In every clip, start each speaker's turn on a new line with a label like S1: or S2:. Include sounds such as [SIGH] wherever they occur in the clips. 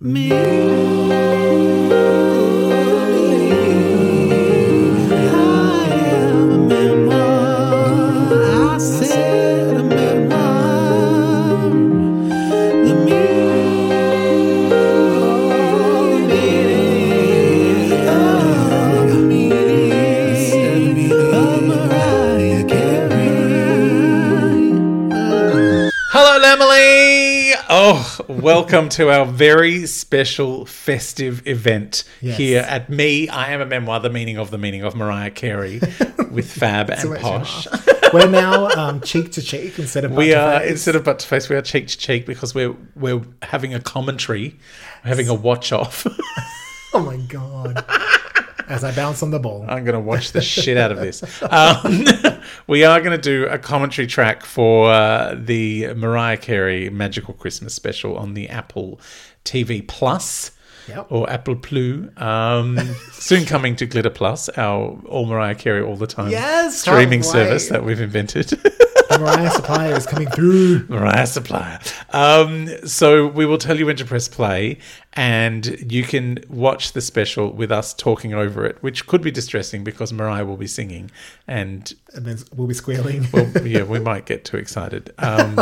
S1: me. I am a memoir. I said a memoir. The meaning of the meaning of Mariah Carey.
S2: Hello, Emily. Oh, welcome to our very special festive event
S3: Yes.
S2: here at Me. I am a memoir, the meaning of the meaning of Mariah Carey with Fab and
S3: what you
S2: Posh.
S3: We're now um, cheek to cheek instead of
S2: [LAUGHS] We
S3: butt to
S2: are
S3: face.
S2: instead of butt to face, we are cheek to cheek because we're we're having a commentary, we're having a watch off.
S3: Oh my god! As I bounce on the ball,
S2: I'm going to watch the shit out of this. Um, [LAUGHS] we are going to do a commentary track for uh, the Mariah Carey Magical Christmas special on the Apple TV Plus.
S3: Yep.
S2: Or Apple Plus, um, soon coming to Glitter Plus, our all Mariah Carey all the time
S3: Yes, can't
S2: streaming
S3: wait.
S2: service that we've invented. [LAUGHS]
S3: the Mariah supplier is coming through.
S2: Mariah Supplier. Um, so we will tell you when to press play, and you can watch the special with us talking over it, which could be distressing because Mariah will be singing, and
S3: And then we'll be squealing.
S2: well, yeah, we might get too excited. Um,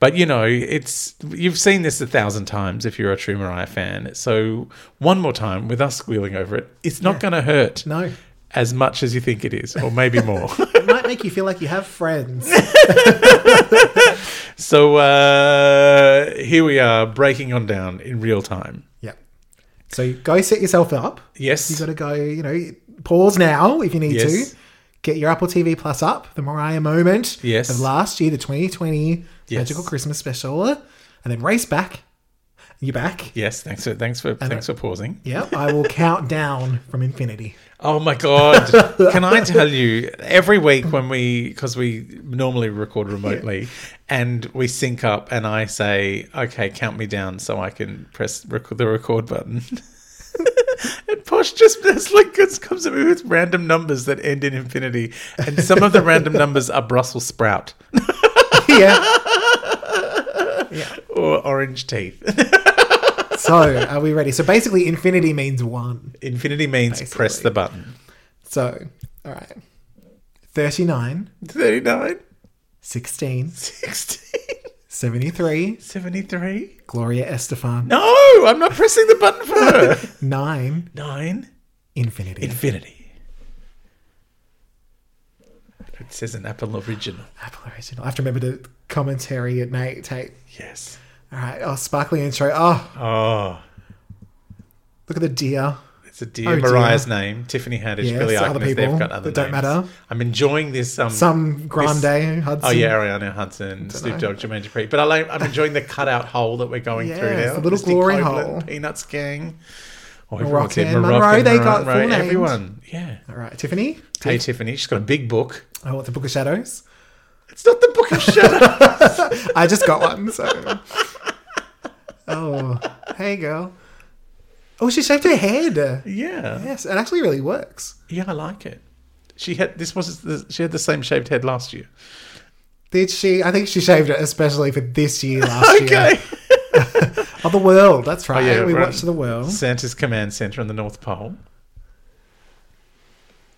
S2: but you know, it's you've seen this a thousand times if you're a true Mariah fan. So one more time with us squealing over it, it's not going to hurt
S3: [LAUGHS] No.
S2: as much as you think it is, or maybe more. [LAUGHS]
S3: it might make you feel like you have friends.
S2: so uh, here we are breaking on down in real time.
S3: yeah. So go set yourself up.
S2: Yes.
S3: You got to go. You know, pause now if you need
S2: Yes.
S3: to. Get your Apple TV Plus up. The Mariah moment
S2: Yes.
S3: of last year, the 2020
S2: Yes.
S3: Magical Christmas special, and then race back. You back?
S2: Yes, thanks for thanks for thanks for pausing.
S3: Yep, I will count down from infinity. [LAUGHS]
S2: Oh my god! Can I tell you? Every week when we because we normally record remotely, and we sync up, and I say, "Okay, count me down," so I can press rec- the record button. [LAUGHS] and Posh just it's like it comes at me with random numbers that end in infinity, and some of the random numbers are Brussels sprout [LAUGHS]
S3: yeah.
S2: or orange teeth. [LAUGHS]
S3: So, are we ready? So, basically, infinity means one.
S2: infinity means press
S3: Basically.
S2: the button.
S3: So, all right. 39,
S2: Thirty nine.
S3: 16,
S2: 16,
S3: 73,
S2: 73.
S3: Gloria Estefan,
S2: No, I'm not pressing the button for
S3: [LAUGHS]
S2: her.
S3: 9,
S2: Nine.
S3: infinity.
S2: Infinity. It says an Apple original.
S3: Apple original. I have to remember the commentary at night tape.
S2: Yes.
S3: All right. Oh, sparkly intro. Oh,
S2: Oh,
S3: look at the deer.
S2: it's a dear
S3: Oh, dear.
S2: Mariah's name. Tiffany Haddish,
S3: Yes,
S2: Billy
S3: other
S2: Eichner. They've
S3: people
S2: got other
S3: that don't
S2: names.
S3: matter.
S2: I'm enjoying this. Um,
S3: Some Grande Hudson.
S2: Oh yeah, Ariana Hudson, Snoop Dogg, Jermaine Dupri. But I like, I'm enjoying the cutout hole that we're going through
S3: Yes,
S2: now.
S3: the little
S2: Misty
S3: glory
S2: Copeland,
S3: hole.
S2: Peanuts gang. Oh,
S3: Moroccan, Monroe, they got full names.
S2: everyone. Yeah.
S3: All right. Tiffany.
S2: Hey Tiffany, she's got a big book.
S3: Oh, what's the Book of Shadows?
S2: It's not the book [LAUGHS] of shadows.
S3: I just got one,
S2: [LAUGHS]
S3: so. Oh, hey, girl. Oh, she shaved her head.
S2: yeah.
S3: Yes, it actually really works.
S2: Yeah, I like it. She had this was the, she had the same shaved head last year.
S3: Did she? I think she shaved it especially for this year, last year.
S2: [LAUGHS] [LAUGHS] Okay.
S3: Oh, the world. That's right.
S2: yeah,
S3: we
S2: right.
S3: watched the world.
S2: Santa's command center on the North Pole.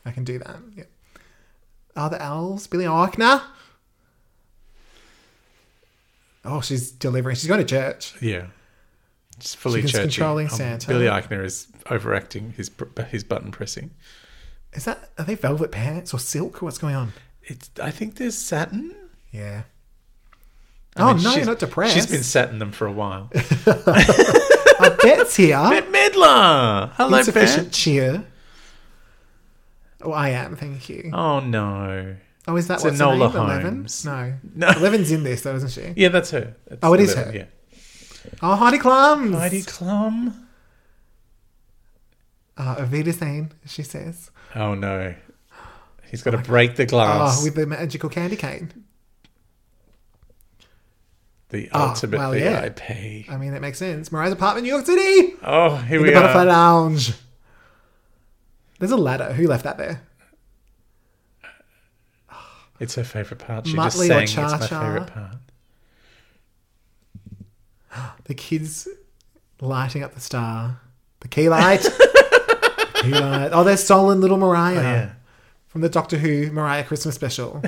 S3: I can do that. Yeah. Are the elves Billy Eichner? Oh, she's delivering. She's going to church.
S2: Yeah. It's fully
S3: She is
S2: churchy. Um,
S3: controlling Santa.
S2: Billy Eichner is overacting his pr- his button pressing.
S3: Is that? Are they velvet pants or silk? What's going on?
S2: It's I think there's satin.
S3: Yeah.
S2: I
S3: oh
S2: mean,
S3: no,
S2: she's-
S3: you're not depressed.
S2: She's been satin them for a [LAUGHS] while.
S3: Our Oh,
S2: [LAUGHS]
S3: bet's here.
S2: Bet Midler. Hello,
S3: Insufficient
S2: Bet.
S3: cheer. Oh, I am. Thank you.
S2: Oh no.
S3: Oh, is that
S2: It's
S3: what's her
S2: Enola
S3: name? Eleven?
S2: Holmes.
S3: No,
S2: No.
S3: Eleven's in this, though, isn't she?
S2: Yeah, that's her. That's
S3: Oh, it is
S2: Eleven,
S3: her.
S2: Yeah.
S3: Oh, Heidi Klums.
S2: Heidi Klum.
S3: Uh, Avita Sane, she says.
S2: Oh no. He's got to break the glass.
S3: Oh, with the magical candy cane.
S2: the
S3: Ah,
S2: ultimate
S3: well, yeah.
S2: VIP.
S3: I mean, that makes sense. Mariah's apartment, New York City.
S2: Oh, here
S3: In
S2: we
S3: the Butterfly
S2: are.
S3: Lounge. There's a ladder. Who left that there?
S2: It's her favorite part. She
S3: Muttley
S2: just
S3: or
S2: sang. It's my
S3: cha-cha?
S2: favorite part.
S3: The kids lighting up the star. The key
S2: [LAUGHS]
S3: light. the key light. Oh, there's Sol and Little Mariah
S2: Oh, yeah.
S3: from the Doctor Who Mariah Christmas
S2: [LAUGHS]
S3: special.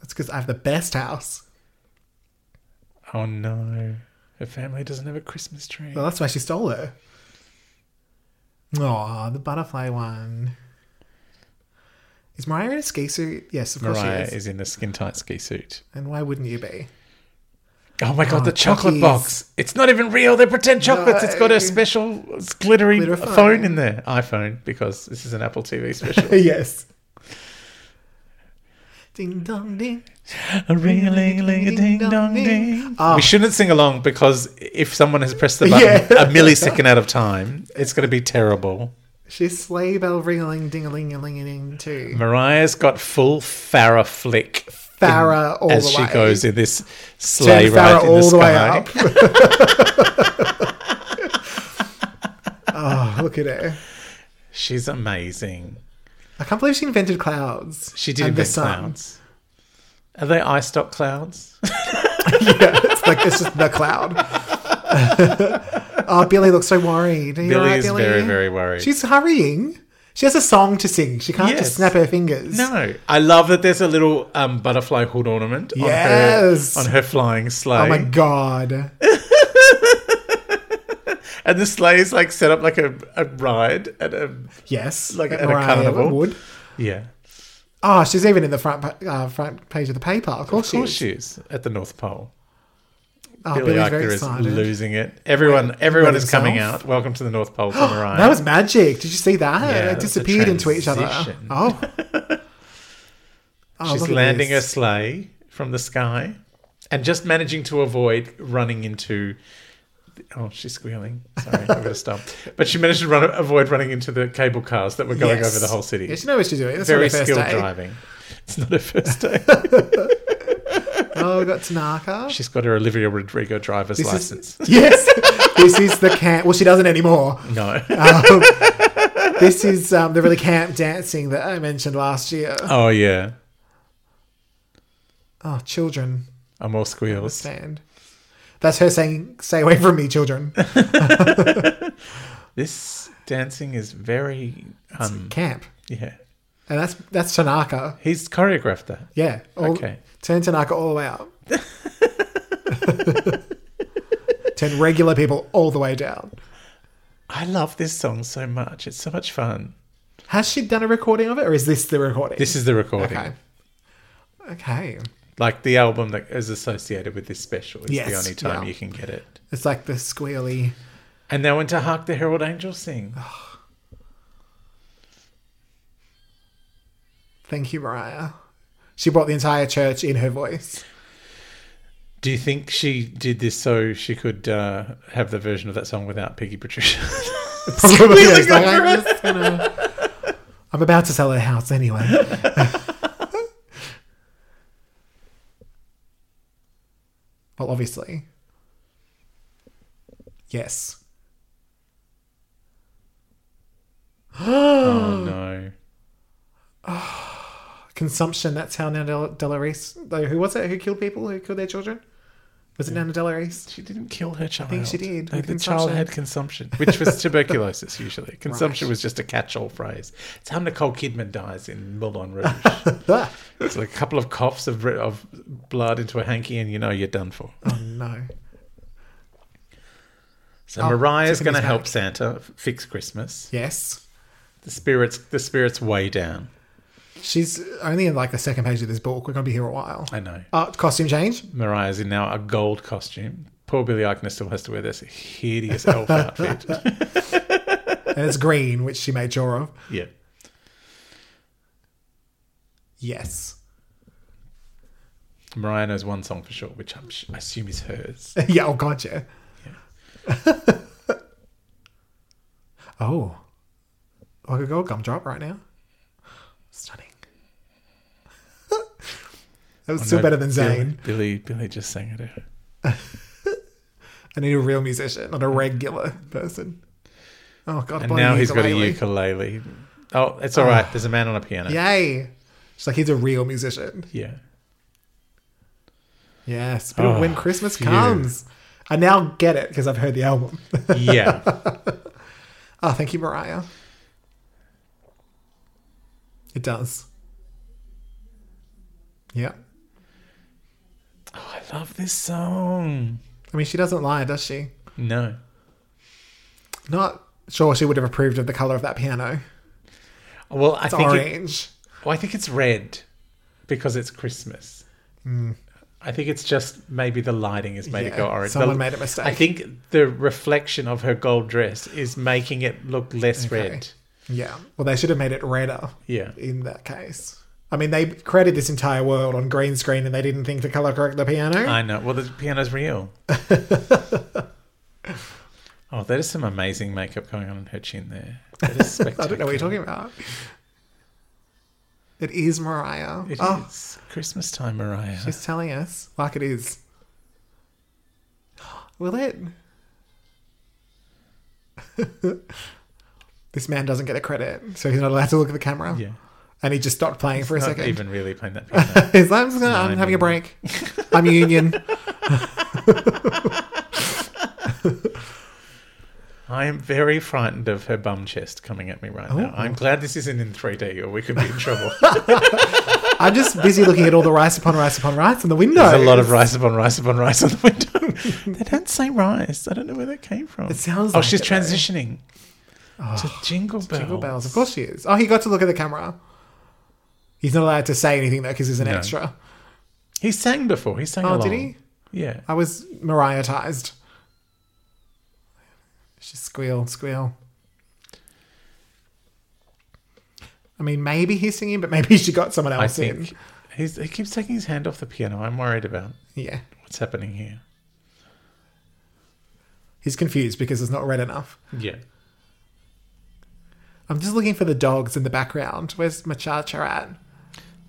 S3: That's because I have the best house.
S2: Oh no. Her family doesn't have a Christmas tree.
S3: Well, that's why she stole her. Oh, the butterfly one. Is Mariah in a ski suit? Yes, of course
S2: Mariah
S3: she is.
S2: is in a skin tight ski suit.
S3: And why wouldn't you
S2: [LAUGHS]
S3: be?
S2: Oh my god,
S3: Oh,
S2: the chocolate
S3: Chucky's.
S2: box. It's not even real. They're pretend chocolates. It's got
S3: No.
S2: a special glittery
S3: Glitter
S2: phone.
S3: phone.
S2: in there. iPhone, because this is an Apple
S3: [LAUGHS]
S2: TV special.
S3: yes. Ding dong ding.
S2: a ring a ling a ling a ding dong ding.
S3: Ah.
S2: We shouldn't sing along because if someone has pressed the button
S3: [LAUGHS] Yeah.
S2: a millisecond out of time, it's going to be terrible.
S3: She's sleigh bell ringling ding a ling a ling a ding too.
S2: Mariah's got full Farrah flick. in-
S3: Farrah all
S2: as
S3: the
S2: she
S3: way.
S2: goes in this sleigh
S3: Turn Farrah
S2: ride in the
S3: all the way
S2: sky.
S3: up. [LAUGHS]
S2: [LAUGHS]
S3: oh, look at her.
S2: She's amazing.
S3: I can't believe she invented clouds.
S2: She did
S3: and the
S2: invent
S3: sun.
S2: clouds. Are they eye stock clouds?
S3: [LAUGHS] yeah, it's like it's just the
S2: [LAUGHS]
S3: cloud. oh, Billy looks so worried. Are you
S2: Billy
S3: alright,
S2: is very, very worried.
S3: She's hurrying. She has a song to sing. She can't
S2: Yes.
S3: just snap her fingers.
S2: no, I love that there's a little um, butterfly hood ornament
S3: Yes.
S2: on her on her flying sleigh,
S3: Oh my
S2: [LAUGHS]
S3: god.
S2: and the sleigh is like set up like a, a ride at a
S3: Yes.
S2: Like
S3: that
S2: at a carnival.
S3: Would.
S2: yeah.
S3: Oh, she's even in the front pa- uh, front page of the paper. Of course,
S2: Of course
S3: she is.
S2: she is at the North Pole.
S3: Oh,
S2: Billy
S3: Billy's
S2: Eichner
S3: very
S2: is
S3: excited.
S2: losing it. Everyone, everyone is
S3: himself.
S2: coming out. Welcome to the North
S3: [GASPS]
S2: Pole, from Mariah.
S3: That was magic. Did you see that?
S2: Yeah,
S3: it
S2: that's a
S3: disappeared into each other.
S2: transition. [LAUGHS]
S3: Oh. Oh,
S2: She's
S3: look at
S2: landing her
S3: this.
S2: sleigh from the sky and just managing to avoid running into. Oh, she's squealing. Sorry, I've got
S3: [LAUGHS]
S2: to stop. But she managed to run, avoid running into the cable cars that were going
S3: Yes.
S2: over the whole city.
S3: Yeah, she knows what she's doing. That's
S2: Very
S3: her first
S2: skilled
S3: day.
S2: driving. It's not her first day.
S3: Oh, we got
S2: [LAUGHS]
S3: Tanaka.
S2: she's got her Olivia Rodrigo driver's
S3: This is- [LAUGHS]
S2: license.
S3: Yes, this is the camp. Well, she doesn't anymore.
S2: No.
S3: Um, this is um, the really camp dancing that I mentioned last year.
S2: oh, yeah.
S3: Oh, children,
S2: I'm all squeals.
S3: stand. That's her saying, "Stay away from me, children."
S2: This dancing is very. Um,
S3: camp,
S2: yeah.
S3: and that's that's Tanaka.
S2: He's choreographed that.
S3: Yeah. All,
S2: Okay.
S3: Turn Tanaka all the way up. [LAUGHS] turn regular people all the way down.
S2: I love this song so much. It's so much fun.
S3: Has she done a recording of it, or is this the recording?
S2: This is the recording.
S3: okay. Okay.
S2: Like the album that is associated with this special is
S3: Yes,
S2: the only time
S3: yeah.
S2: you can get it.
S3: It's like the squealy.
S2: And now into Hark the Herald Angels
S3: [SIGHS]
S2: sing.
S3: Thank you, Mariah. She brought the entire church in her voice.
S2: Do you think she did this so she could uh, have the version of that song without
S3: [SIGHS]
S2: Piggy Patricia? [LAUGHS]
S3: Probably
S2: Squealing
S3: is. Like,
S2: over
S3: I'm, just gonna, I'm about to sell her house anyway.
S2: [LAUGHS]
S3: well, obviously. Yes.
S2: oh no.
S3: Consumption, that's how Nana Del, Del Reese, though, who was it? Who killed people? Who killed their children? Was it Nana Del
S2: [LAUGHS]
S3: Reese?
S2: She didn't kill her child.
S3: think she did,
S2: No,
S3: with
S2: the child
S3: consumption.
S2: had consumption,
S3: [LAUGHS]
S2: which was tuberculosis usually. Consumption was just a catch all phrase. It's how Nicole Kidman dies in
S3: [LAUGHS]
S2: Moulin Rouge.
S3: Ah,
S2: it's like a couple of coughs of, of blood into a hanky and you know you're done
S3: [LAUGHS]
S2: for.
S3: oh, no.
S2: So
S3: Oh,
S2: Mariah's going to
S3: Tiffany's
S2: help
S3: back.
S2: Santa f- fix Christmas.
S3: Yes.
S2: The spirits, the spirits, way down.
S3: She's only in like the second page of this book. We're going to be here a while.
S2: [LAUGHS] I know.
S3: Uh, costume change.
S2: Mariah's in now a gold costume. Poor Billy Eichner still has to wear this hideous elf outfit.
S3: [LAUGHS] and it's green, which she made sure of.
S2: yeah.
S3: Yes.
S2: Mariah knows one song for sure, which I'm, sh- I assume is hers.
S3: [LAUGHS] yeah, oh, God, yeah. [LAUGHS] oh. Like a gold gumdrop right now. Stunning. [LAUGHS] that was still
S2: No,
S3: better than
S2: Billy-
S3: Zayn.
S2: Billy, Billy just sang it out.
S3: I need a real musician, not a regular person. Oh, God,
S2: And
S3: bloody
S2: now he's got a
S3: ukulele.
S2: ukulele. Oh, it's all right. There's a man on a piano.
S3: Yay. She's like, he's a real musician.
S2: Yeah.
S3: Yes, but
S2: Oh,
S3: when Christmas
S2: phew.
S3: comes, I now get it because I've heard the album.
S2: Yeah. [LAUGHS]
S3: oh, thank you, Mariah. It does. Yeah,
S2: I love this song.
S3: I mean, she doesn't lie, does she?
S2: No.
S3: Not sure she would have approved of the color of that piano.
S2: Well, I
S3: It's
S2: think it-
S3: orange.
S2: well, I think it's red because it's Christmas. I think it's just maybe the lighting is made
S3: Hmm. Yeah,
S2: to go orange.
S3: someone
S2: The-
S3: made a mistake.
S2: I think the reflection of her gold dress is making it look less red.
S3: yeah, well, they should have made it redder.
S2: Yeah.
S3: in that case. I mean, they created this entire world on green screen and they didn't think to color correct the piano.
S2: I know. Well, the
S3: [LAUGHS]
S2: piano's real. oh, there is some amazing makeup going on in her
S3: [LAUGHS]
S2: chin there. That is
S3: I
S2: spectacular.
S3: don't know what you're talking about. It is Mariah.
S2: It
S3: oh,
S2: is Christmas time, Mariah.
S3: she's telling us like it is. Will it? [LAUGHS] this man doesn't get the credit, so he's not allowed to look at the camera.
S2: yeah.
S3: And he just stopped playing for a
S2: Not
S3: second.
S2: even really playing that piano.
S3: [LAUGHS] He's like, I'm, just gonna, I'm
S2: Nine
S3: having a
S2: million.
S3: break. I'm union.
S2: I am very frightened of her bum chest coming at me right now.
S3: Oh.
S2: I'm glad this isn't in 3D or we could be in
S3: [LAUGHS]
S2: trouble.
S3: I'm just busy looking at all the rice upon rice upon rice in the window.
S2: There's a lot of rice upon rice upon rice on the window. they don't say rice. I don't know where that came from.
S3: It sounds
S2: Oh,
S3: like
S2: she's
S3: it, though. Oh,
S2: transitioning to jingle bells.
S3: Jingle bells. Of course she is. Oh, he got to look at the camera. He's not allowed to say anything though because he's an
S2: No.
S3: extra.
S2: He sang before. He sang
S3: Oh,
S2: along.
S3: did he?
S2: Yeah.
S3: I was Mariahized. Just squeal, squeal. I mean, maybe he's singing, but maybe [LAUGHS] she got someone
S2: I
S3: else in.
S2: think he's, he keeps taking his hand off the piano. I'm worried about
S3: Yeah,
S2: what's happening here.
S3: he's confused because it's not red enough.
S2: Yeah.
S3: I'm just looking for the dogs in the background. Where's Machacha at?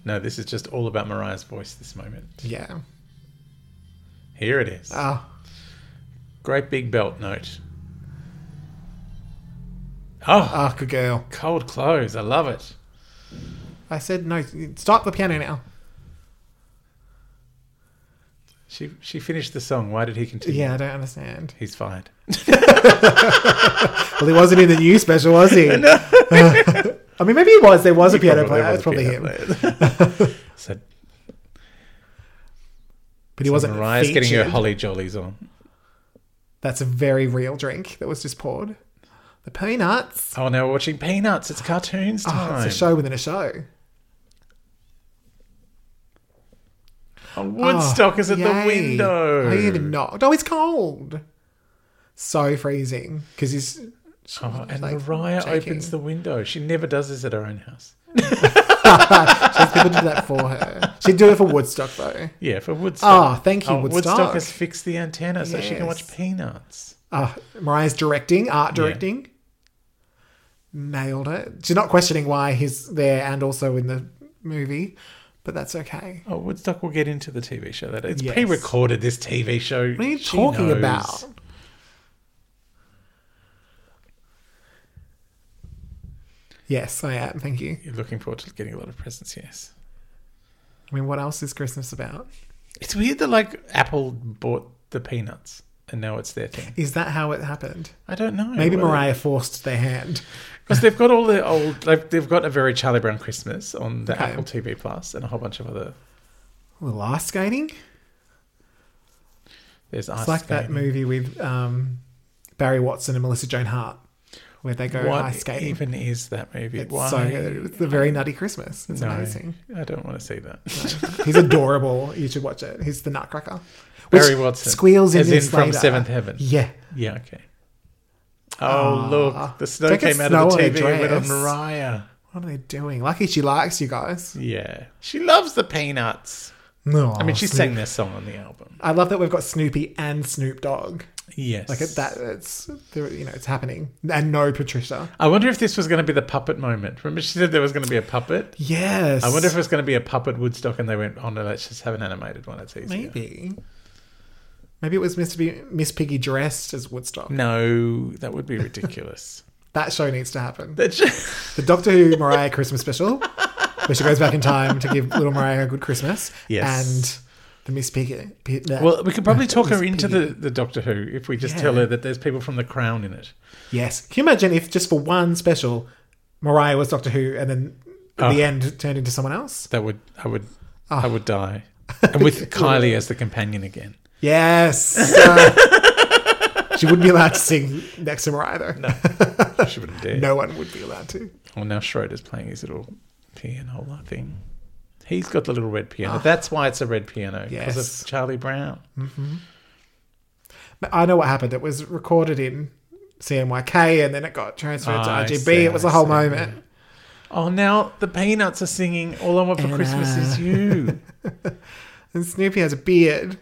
S2: No, this is just all about Mariah's voice this moment.
S3: Yeah.
S2: Here it is.
S3: Oh,
S2: Great big belt note. Oh,
S3: oh, good girl.
S2: cold clothes. I love it.
S3: I said no. Stop the piano now.
S2: She she finished the song. Why did he continue?
S3: Yeah, I don't understand.
S2: He's fired.
S3: Well, he wasn't in the new special, was
S2: [LAUGHS]
S3: he? [LAUGHS] I mean, maybe he was. There was a piano
S2: Probably
S3: player. That's probably
S2: was a
S3: him.
S2: piano
S3: [LAUGHS]
S2: player. so
S3: But he wasn't.
S2: Mariah's getting her
S3: featured.
S2: holly jollies on.
S3: That's a very real drink that was just poured. The peanuts.
S2: Oh, now we're watching Peanuts. It's cartoons
S3: Oh,
S2: time.
S3: it's a show within a show.
S2: Oh,
S3: Oh,
S2: Woodstock is at
S3: yay.
S2: the window.
S3: Are you even knocked? Oh, it's cold. So freezing because he's.
S2: Oh, and
S3: like,
S2: Mariah
S3: shaking.
S2: opens the window. She never does this at her own house.
S3: She has people do that for her. She'd do it for Woodstock though.
S2: Yeah, for
S3: Ah,
S2: oh, Woodstock.
S3: thank you, Woodstock.
S2: has fixed the antenna so she can watch
S3: Yes.
S2: Peanuts.
S3: Uh, Mariah's directing, art
S2: Yeah.
S3: directing. Nailed it. She's not questioning why he's there and also in the movie, but that's okay.
S2: Oh, Woodstock will get into the TV show. That it's
S3: Yes.
S2: pre-recorded. This TV show.
S3: What are you
S2: She
S3: talking
S2: knows.
S3: about? Yes, I am. Thank you.
S2: You're looking forward to getting a lot of presents. Yes.
S3: I mean, what else is Christmas about?
S2: It's weird that like Apple bought the Peanuts and now it's their thing.
S3: Is that how it happened?
S2: I don't know.
S3: Maybe Mariah forced their hand.
S2: because they've got all the old. Like, they've got a very Charlie Brown Christmas on the
S3: Okay.
S2: Apple TV Plus and a whole bunch of other.
S3: Well, ice skating?
S2: There's ice
S3: It's like that
S2: skating.
S3: movie with um, Barry Watson and Melissa Joan Hart, where they go
S2: What
S3: uh, ice skating.
S2: even is that movie?
S3: It's
S2: Why?
S3: so good. It's the very nutty Christmas. It's
S2: No,
S3: amazing.
S2: I don't want to see
S3: [LAUGHS]
S2: that.
S3: He's adorable. You should watch it. He's the Nutcracker. Which
S2: Barry Watson
S3: squeals in
S2: as
S3: this
S2: in from
S3: later.
S2: Seventh Heaven.
S3: Yeah,
S2: Yeah, okay. Oh,
S3: Ah.
S2: look, the snow
S3: Don't get
S2: came out
S3: snow
S2: of the
S3: on her
S2: TV and went on
S3: dress.
S2: Mariah.
S3: what are they doing? Lucky she likes you guys.
S2: Yeah. She loves the peanuts.
S3: No,
S2: I mean, she sang their song on the album.
S3: I love that we've got Snoopy and Snoop Dogg.
S2: Yes.
S3: Like it- that, it's there- you know it's happening. And no Patricia.
S2: I wonder if this was going to be the puppet moment. Remember, she said there was going to be a puppet?
S3: Yes.
S2: I wonder if it was going to be a puppet Woodstock and they went, oh, no, let's just have an animated one. It's easier.
S3: maybe. Maybe it was meant to be Miss Piggy dressed as Woodstock.
S2: No, that would
S3: [LAUGHS]
S2: be ridiculous.
S3: That show needs to happen.
S2: That's just-
S3: The Doctor Who Mariah Christmas special, where she goes back in time to give little Mariah a good Christmas.
S2: Yes.
S3: And Let me speak it. Pe- that-
S2: Well, we could probably
S3: that
S2: talk her
S3: was
S2: into
S3: Pete.
S2: the, the Doctor Who if we just
S3: Yeah.
S2: tell her that there's people from The Crown in it.
S3: Yes. Can you imagine if just for one special, Mariah was Doctor Who and then at the
S2: Oh.
S3: end turned into someone else?
S2: That would I would
S3: Ah.
S2: I
S3: [LAUGHS]
S2: would die. And with Kylie as the companion again. [LAUGHS]
S3: Yes. Uh, she wouldn't be allowed to sing next to Mariah, though. No.
S2: She wouldn't dare.
S3: one would be allowed to.
S2: Well, now Schroeder's playing his little pianola thing. He's got the little red piano. That's why it's a red piano because
S3: Ah. Yes.
S2: of Charlie Brown.
S3: But I know what happened. It was recorded in CMYK and then it got transferred to
S2: Oh, I
S3: RGB.
S2: see,
S3: it was a
S2: I
S3: whole
S2: see,
S3: moment.
S2: Oh, now the Peanuts are singing "All I Want for
S3: And
S2: Christmas
S3: I- [LAUGHS]
S2: Is You."
S3: And Snoopy has a beard.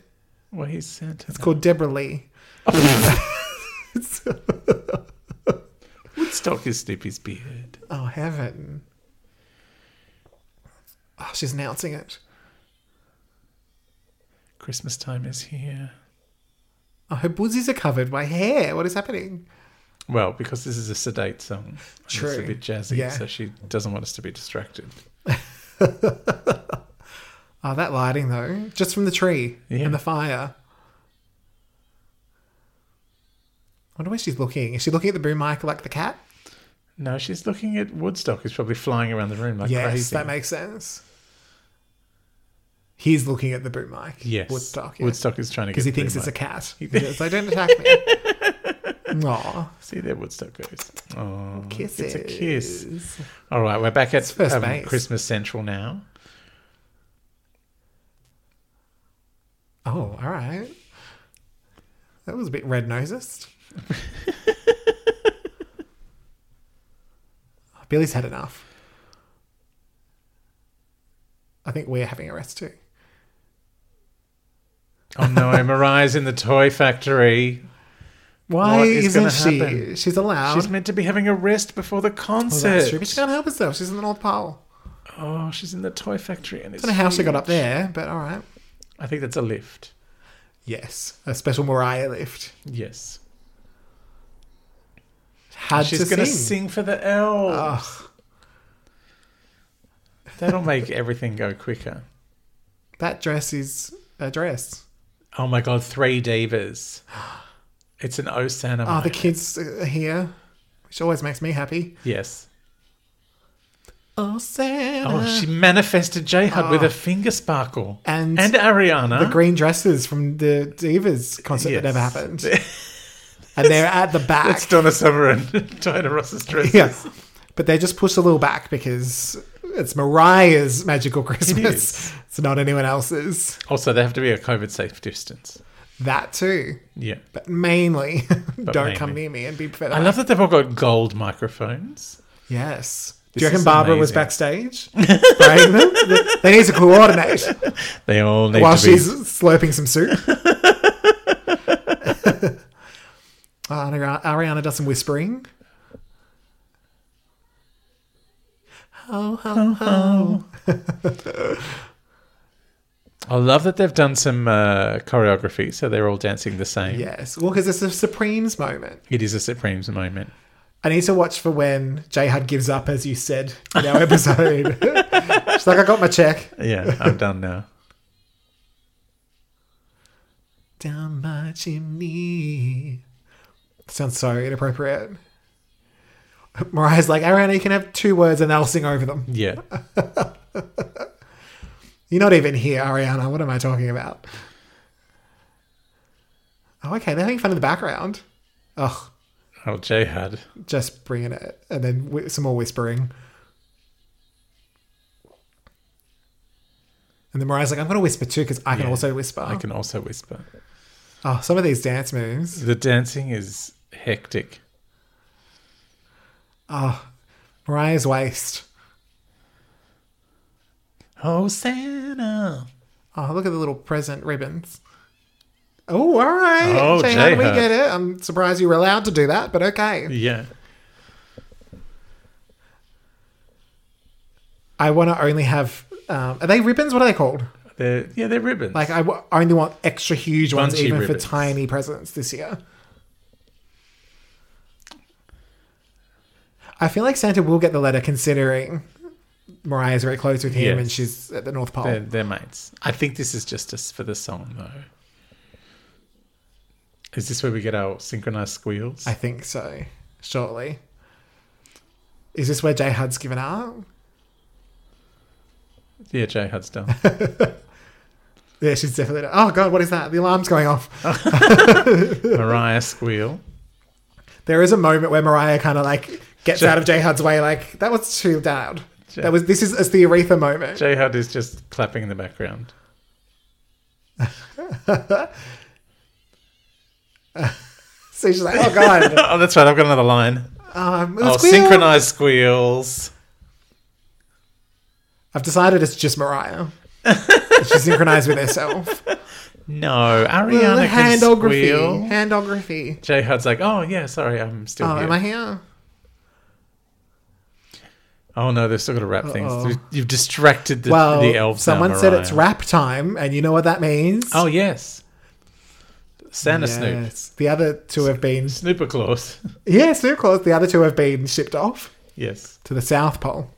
S2: Well, he's Santa.
S3: It's called Deborah Lee.
S2: [LAUGHS] Woodstock is Snoopy's beard.
S3: Oh, heaven. Oh, she's announcing it.
S2: Christmas time is here.
S3: Oh, her boozies are covered by hair. What is happening?
S2: Well, because this is a sedate song, and it's
S3: True.
S2: a bit jazzy,
S3: Yeah.
S2: so she doesn't want us to be distracted.
S3: Oh, that lighting though, just from the tree
S2: Yeah.
S3: and the fire. I wonder where she's looking. Is she looking at the boom mic like the cat?
S2: No, she's looking at Woodstock, who's probably flying around the room like
S3: yes,
S2: crazy.
S3: that makes sense. He's looking at the boom mic.
S2: yes,
S3: Woodstock.
S2: Woodstock is trying to
S3: Because
S2: get
S3: he thinks
S2: through,
S3: it's a
S2: like,
S3: cat.
S2: [LAUGHS]
S3: He goes, they don't attack me. Aw,
S2: See there, Woodstock goes. Oh,
S3: kisses.
S2: It's a kiss. All right, we're back at
S3: first
S2: um,
S3: base.
S2: Christmas Central now.
S3: Oh, all right. That was a bit red [LAUGHS] nosed. Billy's had enough. I think we're having a rest too.
S2: Oh no, [LAUGHS] Mariah's in the toy factory.
S3: Why
S2: What is
S3: is
S2: gonna
S3: not she?
S2: happen?
S3: She's allowed.
S2: She's meant to be having a rest before the
S3: Well, that's
S2: concert.
S3: true, but she can't help herself. She's an old pal.
S2: oh, she's in the toy factory, and it's
S3: I don't know how she got
S2: huge.
S3: up there, but all right.
S2: I think that's a lift.
S3: Yes, a special Mariah lift.
S2: Yes,
S3: Had
S2: she's
S3: to
S2: going to
S3: sing. Ah.
S2: sing for the elves.
S3: Ugh,
S2: That'll make [LAUGHS] everything go quicker.
S3: that dress is a dress.
S2: Oh my god,
S3: [GASPS]
S2: three divas. It's an O Santa.
S3: Oh, the
S2: moment.
S3: kids are here, which always makes me happy.
S2: yes.
S3: Oh, Santa.
S2: Oh, she manifested J Hud with a finger sparkle
S3: Ah. And
S2: and Ariana.
S3: the green dresses from the Divas concert that never
S2: Yes.
S3: happened.
S2: [LAUGHS]
S3: and they're at the back.
S2: That's Donna Summer [LAUGHS] and Diana Ross's
S3: [LAUGHS]
S2: dress.
S3: yeah. But they just pushed a little back because it's Mariah's magical Christmas.
S2: is.
S3: It's not anyone else's.
S2: Also, they have to be a COVID safe distance.
S3: That too.
S2: Yeah.
S3: But mainly, [LAUGHS] don't come
S2: mainly.
S3: near me and be fed
S2: I
S3: up.
S2: love that they've all got gold microphones.
S3: Yes.
S2: This
S3: Do you reckon
S2: is
S3: Barbara was
S2: amazing.
S3: backstage? [LAUGHS] spraying them? They need to coordinate
S2: They all need
S3: while
S2: to be.
S3: she's slurping some [LAUGHS] soup. Ah, Ariana Ariana does some whispering.
S2: I love that they've done some uh, choreography, so they're all dancing the same.
S3: Yes. Well, because it's a Supremes moment.
S2: It is a Supremes moment.
S3: I need to watch for when J Hud gives up, as you said in our episode. [LAUGHS] She's like, I got my check.
S2: Yeah,
S3: [LAUGHS]
S2: I'm done now.
S3: Down my chimney. Sounds so inappropriate. Mariah's like, Ariana, you can have two words and I'll sing over them.
S2: Yeah.
S3: You're not even here, Ariana. What am I talking about? Oh, okay. They're having fun in the background. Ugh,
S2: Oh, J Hud.
S3: just bringing it. And then whi- some more whispering. And then Mariah's like, I'm going to whisper too because I can
S2: Yeah,
S3: also whisper.
S2: I can also whisper.
S3: Oh, some of these dance moves.
S2: The dancing is hectic.
S3: Mariah's waist.
S2: Oh, Santa.
S3: Oh, look at the little present ribbons. Oh, all right.
S2: Oh,
S3: Jay, how do we
S2: J-Hub.
S3: get it? I'm surprised you were allowed to do that, but okay.
S2: Yeah.
S3: I want to only have. Um, are they ribbons? What are they called?
S2: They're, yeah, they're ribbons.
S3: Like, I w- only want extra huge ones,
S2: Bunchy
S3: even
S2: ribbons.
S3: for tiny presents this year. I feel like Santa will get the letter considering Mariah's very close with him
S2: Yes.
S3: and she's at the North Pole.
S2: They're, they're mates. I think this is just us for the song, though. Is this where we get our synchronized squeals?
S3: I think so. Shortly. Is this where J Hud's given up?
S2: yeah, Jay Hudstone.
S3: Yeah, she's definitely. Oh god, what is that? The alarm's going off.
S2: Mariah squeal.
S3: There is a moment where Mariah kind of like gets out of J Hud's way, like that was too loud.
S2: J-
S3: That was this is it's the Aretha moment.
S2: Jay Hud is just clapping in the background. [LAUGHS]
S3: So she's like, oh
S2: [LAUGHS]
S3: god,
S2: Oh, that's right. I've got another line.
S3: um,
S2: Oh,
S3: squeal.
S2: synchronized squeals.
S3: I've decided it's just Mariah. [LAUGHS] She's synchronized with herself.
S2: No,
S3: Well,
S2: Ariana can
S3: handography,
S2: squeal.
S3: handography.
S2: Jay Hud's like, oh yeah, sorry, I'm still
S3: Oh,
S2: here.
S3: am I here?
S2: Oh no, they've still got to wrap things.
S3: Uh-oh.
S2: You've- You've distracted the,
S3: well,
S2: the elves. now,
S3: someone said it's
S2: Mariah.
S3: rap time, and you know what that means.
S2: Oh yes, Santa Snoop,
S3: Yes. The other two have been
S2: Snooper Claus. [LAUGHS]
S3: yeah, Snoop Claus. The other two have been shipped off
S2: yes.
S3: to the South Pole.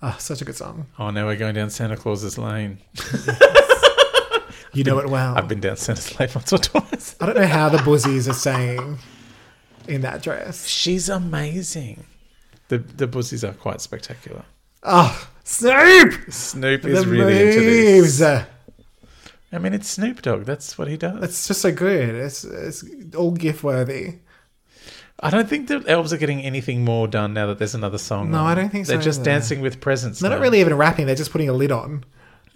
S3: Oh, such a good song.
S2: Oh, now we're going down Santa Claus's lane.
S3: Oh. You know it well.
S2: I've been down Santa's [LAUGHS] lane once or twice.
S3: I don't know how the buzzies are saying in that dress.
S2: She's amazing. The the pussies are quite spectacular.
S3: Oh, Snoop! uh,
S2: Snoop
S3: The
S2: is really into this.
S3: moves. It's
S2: I mean, it's Snoop Dogg. That's what he does.
S3: just so good. It's it's all gift worthy.
S2: I don't think the elves are getting anything more done now that there's another song.
S3: No,
S2: on.
S3: I don't think
S2: They're
S3: so
S2: just
S3: either.
S2: dancing with presents.
S3: They're not
S2: now.
S3: really even rapping. They're just putting a lid on,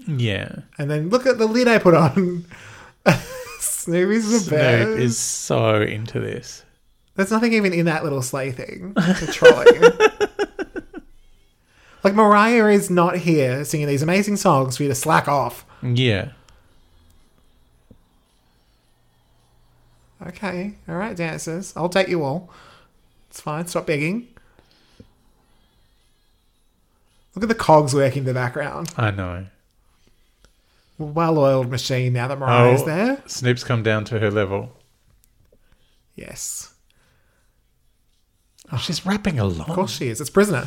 S2: Yeah.
S3: and then look at the lid I put on. [LAUGHS] Snoop is the best.
S2: Snoop is so into this.
S3: There's nothing even in that little sleigh thing. The trolley. like Mariah is not here singing these amazing songs for you to slack off.
S2: Yeah.
S3: Okay, all right, dancers, I'll take you all. It's fine. Stop begging. Look at the cogs working in the background.
S2: I know.
S3: Well-oiled machine. Now that Mariah's there.
S2: Snoop's come down to her level.
S3: Yes, Oh,
S2: She's rapping along.
S3: of course she is. It's prisoner.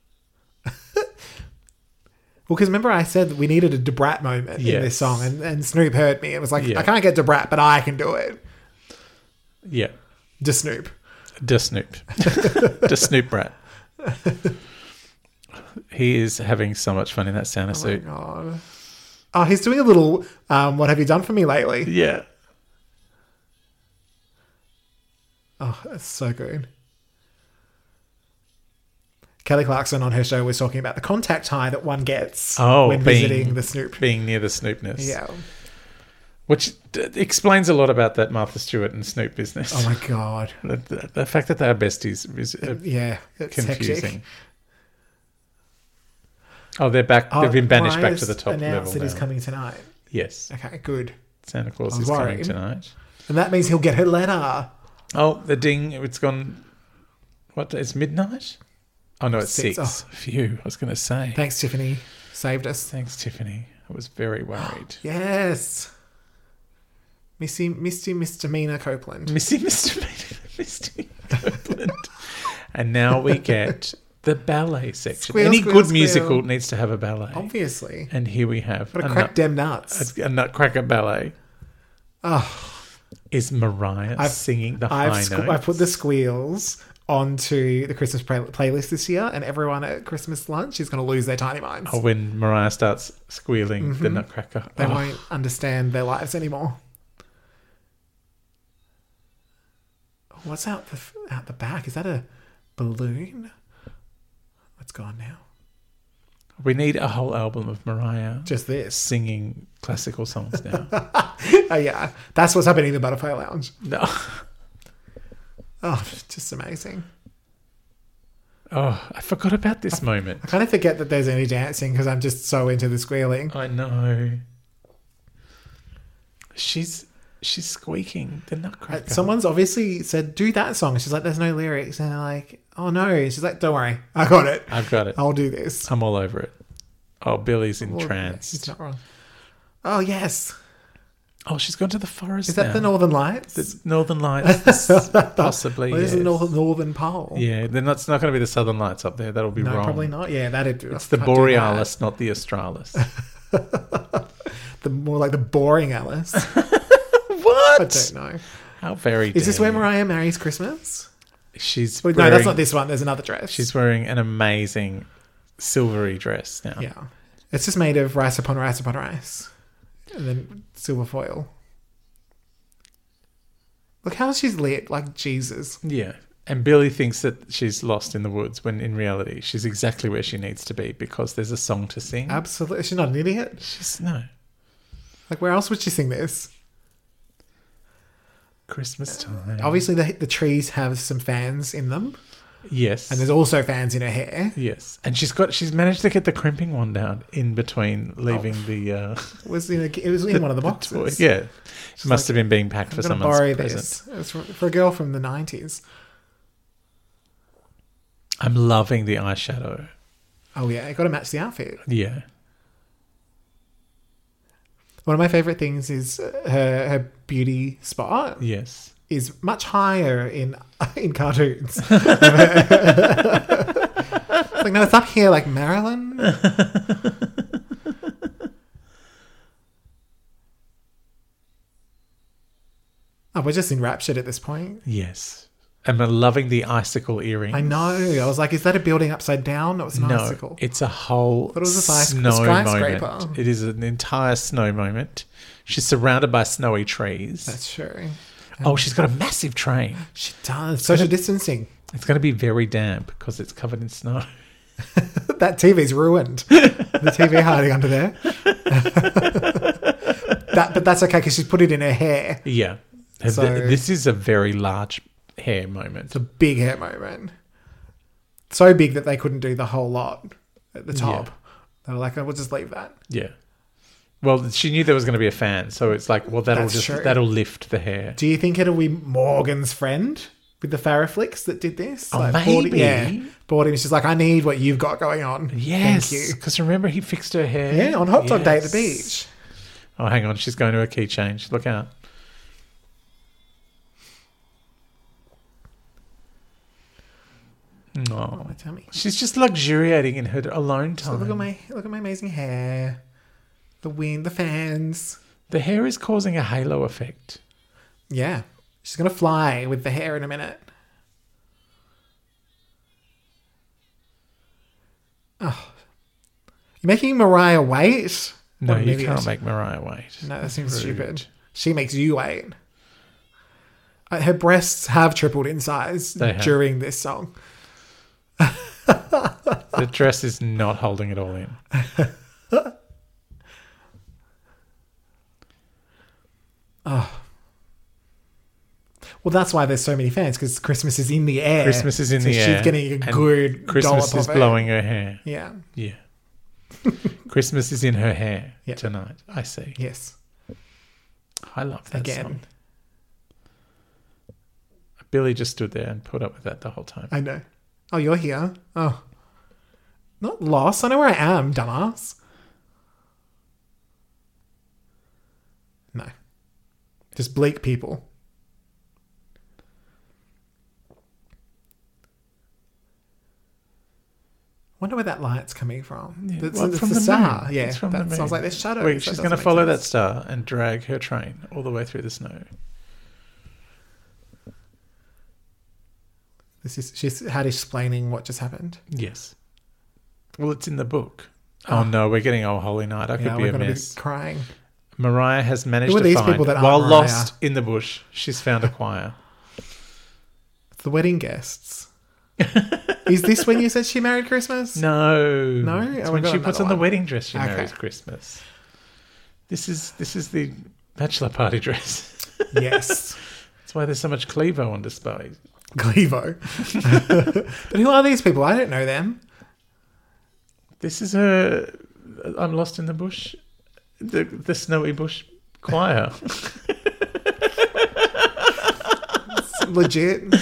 S3: [LAUGHS] Well, because remember I said that we needed a Debrat moment in
S2: Yes.
S3: this song, and, and Snoop heard me. It was like,
S2: Yeah.
S3: I can't get Debrat, but I can do it.
S2: Yeah.
S3: De Snoop.
S2: De Snoop. [LAUGHS] De Snoop Rat. he is having so much fun in that
S3: Oh,
S2: Santa
S3: my
S2: suit.
S3: God. Oh, he's doing a little, um, what have you done for me lately?
S2: Yeah.
S3: Oh, that's so good. Kelly Clarkson on her show was talking about the contact high that one gets
S2: Oh,
S3: when
S2: being-
S3: visiting the Snoop.
S2: Being near the Snoopness.
S3: Yeah.
S2: Which d- explains a lot about that Martha Stewart and Snoop business.
S3: Oh my god.
S2: the, [LAUGHS] the, the fact that they are besties is uh,
S3: Yeah, it's
S2: confusing.
S3: hectic.
S2: Oh, they're back.
S3: Oh,
S2: They've been banished back
S3: Mariah's
S2: to the top
S3: announced
S2: level.
S3: that he's
S2: now.
S3: coming tonight.
S2: yes,
S3: Okay, good.
S2: Santa Claus
S3: I was
S2: is coming
S3: worried.
S2: tonight.
S3: And that means he'll get her letter.
S2: Oh, the ding! It's gone. What? It's midnight. Oh no, it's six.
S3: Six,
S2: Phew! I was going to say.
S3: Thanks, Tiffany. Saved us.
S2: Thanks, Tiffany. I was very
S3: [GASPS]
S2: worried.
S3: Yes. Missy, Misty Misdemeanor Copeland. [LAUGHS]
S2: Missy, Mr. Misty Copeland. and now we get the ballet section.
S3: Squeal,
S2: Any
S3: squeal,
S2: good
S3: squeal.
S2: musical needs to have a ballet.
S3: Obviously.
S2: And here we have
S3: What
S2: a
S3: a crack
S2: nut-
S3: dem nuts.
S2: a, a Nutcracker ballet.
S3: Oh,
S2: Is Mariah
S3: I've-
S2: singing the high
S3: I've, squ- I
S2: notes?
S3: put the squeals onto the Christmas play- playlist this year, and everyone at Christmas lunch is going to lose their tiny minds.
S2: Oh, when Mariah starts squealing the Nutcracker.
S3: Mm-hmm. they
S2: Oh,
S3: won't understand their lives anymore. What's out the f- out the back? Is that a balloon? It's gone now.
S2: we need a whole album of Mariah
S3: Just
S2: [LAUGHS]
S3: this.
S2: singing classical
S3: [LAUGHS]
S2: songs now.
S3: Oh yeah, that's what's happening in the Butterfly Lounge.
S2: no.
S3: Oh, just amazing.
S2: Oh, I forgot about this moment.
S3: I kind of forget that there's any dancing because I'm just so into the squealing.
S2: I know. She's she's squeaking the
S3: Uh,
S2: Nutcracker.
S3: Someone's obviously said, "Do that song." She's like, "There's no lyrics," and they're like, "Oh no!" She's like, "Don't worry, I got it.
S2: I've got it.
S3: I'll do this."
S2: I'm all Oh, over it. Oh, Billy's entranced.
S3: He's not wrong. Oh yes,
S2: Oh, she's gone to the forest.
S3: Is that the Northern Lights? [LAUGHS]
S2: Northern lights? possibly.
S3: Well, this is
S2: yes.
S3: the Northern, Northern Pole.
S2: Yeah, then that's not going to be the southern lights up there. That'll be
S3: no,
S2: wrong.
S3: probably not. Yeah, that'd.
S2: It's the borealis, not the
S3: [LAUGHS]
S2: australis.
S3: The more like the boring
S2: [LAUGHS]
S3: Alice. I
S2: [LAUGHS] what?
S3: don't know.
S2: How very.
S3: Is this
S2: dare
S3: where
S2: you.
S3: Mariah marries Christmas?
S2: She's
S3: Wait,
S2: wearing,
S3: no, that's not this one. There's another dress.
S2: She's wearing an amazing silvery dress now.
S3: yeah. It's just made of rice upon rice upon rice, and then silver foil. Look how she's lit, like Jesus.
S2: Yeah. And Billy thinks that she's lost in the woods when in reality she's exactly where she needs to be because there's a song to sing.
S3: Absolutely, she's not an idiot.
S2: She's no
S3: Like where else would she sing this?
S2: Christmas time.
S3: Obviously, the the trees have some fans in them,
S2: yes.
S3: and there's also fans in her hair.
S2: yes. And she's got she's managed to get the crimping one down in between leaving
S3: Oh,
S2: the uh
S3: It was in a, it was in one of the
S2: the
S3: boxes.
S2: toy. Yeah. It must have been being packed for
S3: I'm gonna
S2: someone's
S3: borrow
S2: present.
S3: this. It's for, for a girl from the nineties.
S2: I'm loving the eyeshadow.
S3: Oh yeah, it got to match the outfit.
S2: Yeah.
S3: One of my favorite things is uh, her her beauty spot
S2: Yes.
S3: is much higher in [LAUGHS] in cartoons. [LAUGHS] It's like no, it's up here, like Marilyn. Oh, we're just enraptured at this point.
S2: Yes. I'm loving the icicle earring.
S3: I know. I was like, is that a building upside down? No, it's an
S2: No,
S3: icicle.
S2: it's a whole
S3: it was a sky-
S2: snow
S3: skyscraper.
S2: moment. It is an entire snow moment. She's surrounded by snowy trees.
S3: That's true.
S2: oh, she's got a massive train.
S3: She does. Social distancing.
S2: It's going to be very damp because it's covered in snow. [LAUGHS]
S3: That TV's ruined. The
S2: [LAUGHS]
S3: TV hiding under there. that, but that's okay because she's put it in her hair.
S2: Yeah. Th-
S3: So-
S2: this is a very large hair moment.
S3: It's a big hair moment. So big that they couldn't do the whole lot at the top.
S2: Yeah.
S3: They were like, oh, we'll just leave that.
S2: Yeah. Well, she knew there was going to be a fan, so it's like, well, that'll
S3: That's
S2: just
S3: true.
S2: that'll lift the hair.
S3: Do you think it'll be Morgan's friend with the Farrah flicks that did this?
S2: Oh,
S3: bought
S2: maybe.
S3: Him, yeah. Bought him. She's like, I need what you've got going on.
S2: Yes,
S3: Thank you.
S2: because remember he fixed her hair.
S3: Yeah, on hot dog day at the beach.
S2: Yes. Oh, hang on, she's going to a key change. Look out!
S3: Oh,
S2: No,
S3: my tummy.
S2: she's just luxuriating in her alone
S3: So
S2: time.
S3: look at my look at my amazing hair. The wind, the fans.
S2: the hair is causing a halo effect.
S3: Yeah. She's gonna fly with the hair in a minute. Oh. You're making Mariah wait?
S2: No,
S3: What an
S2: you
S3: idiot.
S2: can't make Mariah wait.
S3: No, that seems
S2: Rude.
S3: stupid. She makes you wait. Uh, Her breasts have tripled in size
S2: They have.
S3: during this song.
S2: The dress is not holding it all in.
S3: Well, that's why there's so many fans because Christmas is in the air.
S2: Christmas is in
S3: So
S2: the air.
S3: She's getting a
S2: and
S3: good
S2: Christmas
S3: dollop
S2: is
S3: of it.
S2: blowing her hair.
S3: Yeah. [LAUGHS]
S2: Yeah. Christmas is in her hair
S3: Yeah.
S2: tonight. I see.
S3: Yes.
S2: I love that
S3: Again.
S2: song. Billy just stood there and put up with that the whole time.
S3: I know. Oh, you're here. Oh. Not lost. I know where I am, dumbass. No. Just bleak people. Wonder where that light's coming from.
S2: Yeah,
S3: That's,
S2: well,
S3: it's
S2: from
S3: the,
S2: the
S3: star.
S2: moon.
S3: Yeah,
S2: It's from the
S3: that sounds
S2: moon.
S3: like there's shadows.
S2: Wait,
S3: That
S2: she's
S3: doesn't
S2: going to
S3: make
S2: follow
S3: sense.
S2: that star and drag her train all the way through the snow.
S3: This is she's had explaining what just happened.
S2: Yes. Well, it's in the book. Oh, no, we're getting Oh Holy Night. I could
S3: Ah. Yeah,
S2: be
S3: we're
S2: a
S3: gonna be
S2: mess.
S3: crying.
S2: Mariah has managed
S3: Who are
S2: to
S3: these
S2: find,
S3: people that aren't
S2: while
S3: Mariah?
S2: lost in the bush, she's
S3: [LAUGHS]
S2: found a choir.
S3: It's the wedding guests. is this when you said she married Christmas?
S2: No,
S3: No?
S2: It's
S3: Oh,
S2: when
S3: we've got
S2: she puts
S3: another
S2: on the
S3: one.
S2: wedding dress, she
S3: Okay.
S2: marries Christmas. This is this is the bachelor party [LAUGHS] dress.
S3: Yes.
S2: That's why there's so much Clevo on display.
S3: Glevo. [LAUGHS] but who are these people? I don't know them.
S2: This is her. I'm lost in the bush, the the snowy bush
S3: [LAUGHS]
S2: choir.
S3: It's legit.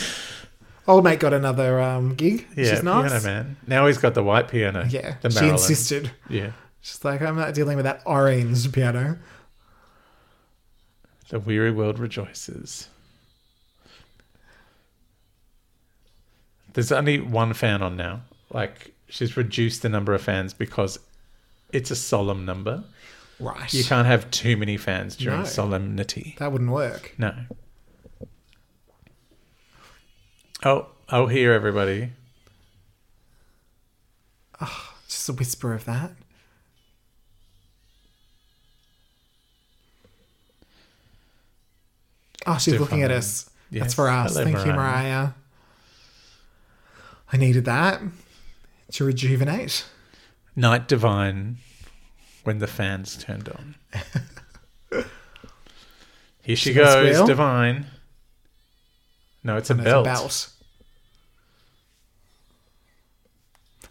S3: Old mate got another um, gig.
S2: yeah,
S3: She's
S2: piano
S3: nice.
S2: man. Now he's got the white piano.
S3: Yeah.
S2: the
S3: she
S2: Maryland.
S3: insisted.
S2: Yeah,
S3: She's like, I'm not dealing with that orange piano.
S2: The weary world rejoices. There's only one fan on now. Like she's reduced the number of fans because it's a solemn number.
S3: Right.
S2: You can't have too many fans during
S3: No.
S2: solemnity.
S3: That wouldn't work.
S2: No. Oh, oh here everybody.
S3: Just a whisper of that. Oh, she's
S2: Still
S3: looking at
S2: fine.
S3: us.
S2: Yes.
S3: That's for us.
S2: Hello,
S3: Thank you,
S2: Mariah.
S3: Mariah. I needed that to rejuvenate.
S2: Night divine when the fans turned on.
S3: [LAUGHS]
S2: Here she
S3: She gonna
S2: goes,
S3: squeal?
S2: divine. No, it's a
S3: And it's a
S2: belt.
S3: belt.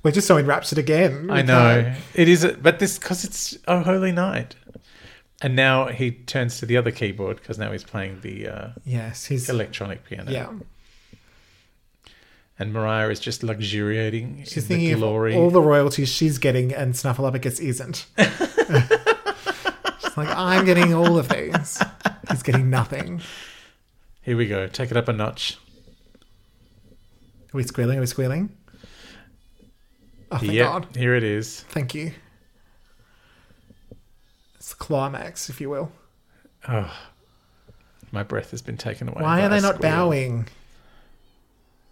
S3: We're just so enraptured again.
S2: I
S3: We
S2: know
S3: can't-
S2: it is, a, but this because it's oh holy night, and now he turns to the other keyboard because now he's playing the uh,
S3: Yes, he's.
S2: electronic piano.
S3: Yeah.
S2: and Mariah is just luxuriating
S3: She's
S2: in
S3: thinking
S2: the
S3: of
S2: glory.
S3: all the royalties she's getting and Snuffleupagus
S2: [LAUGHS]
S3: isn't. she's like, I'm getting all of these. He's getting nothing.
S2: Here we go. Take it up a notch.
S3: Are we squealing? Are we squealing? Oh, thank
S2: Yep,
S3: God.
S2: here it is.
S3: Thank you. It's the climax, if you will.
S2: My breath has been taken away.
S3: Why
S2: by
S3: are they
S2: a
S3: not
S2: squeal.
S3: bowing?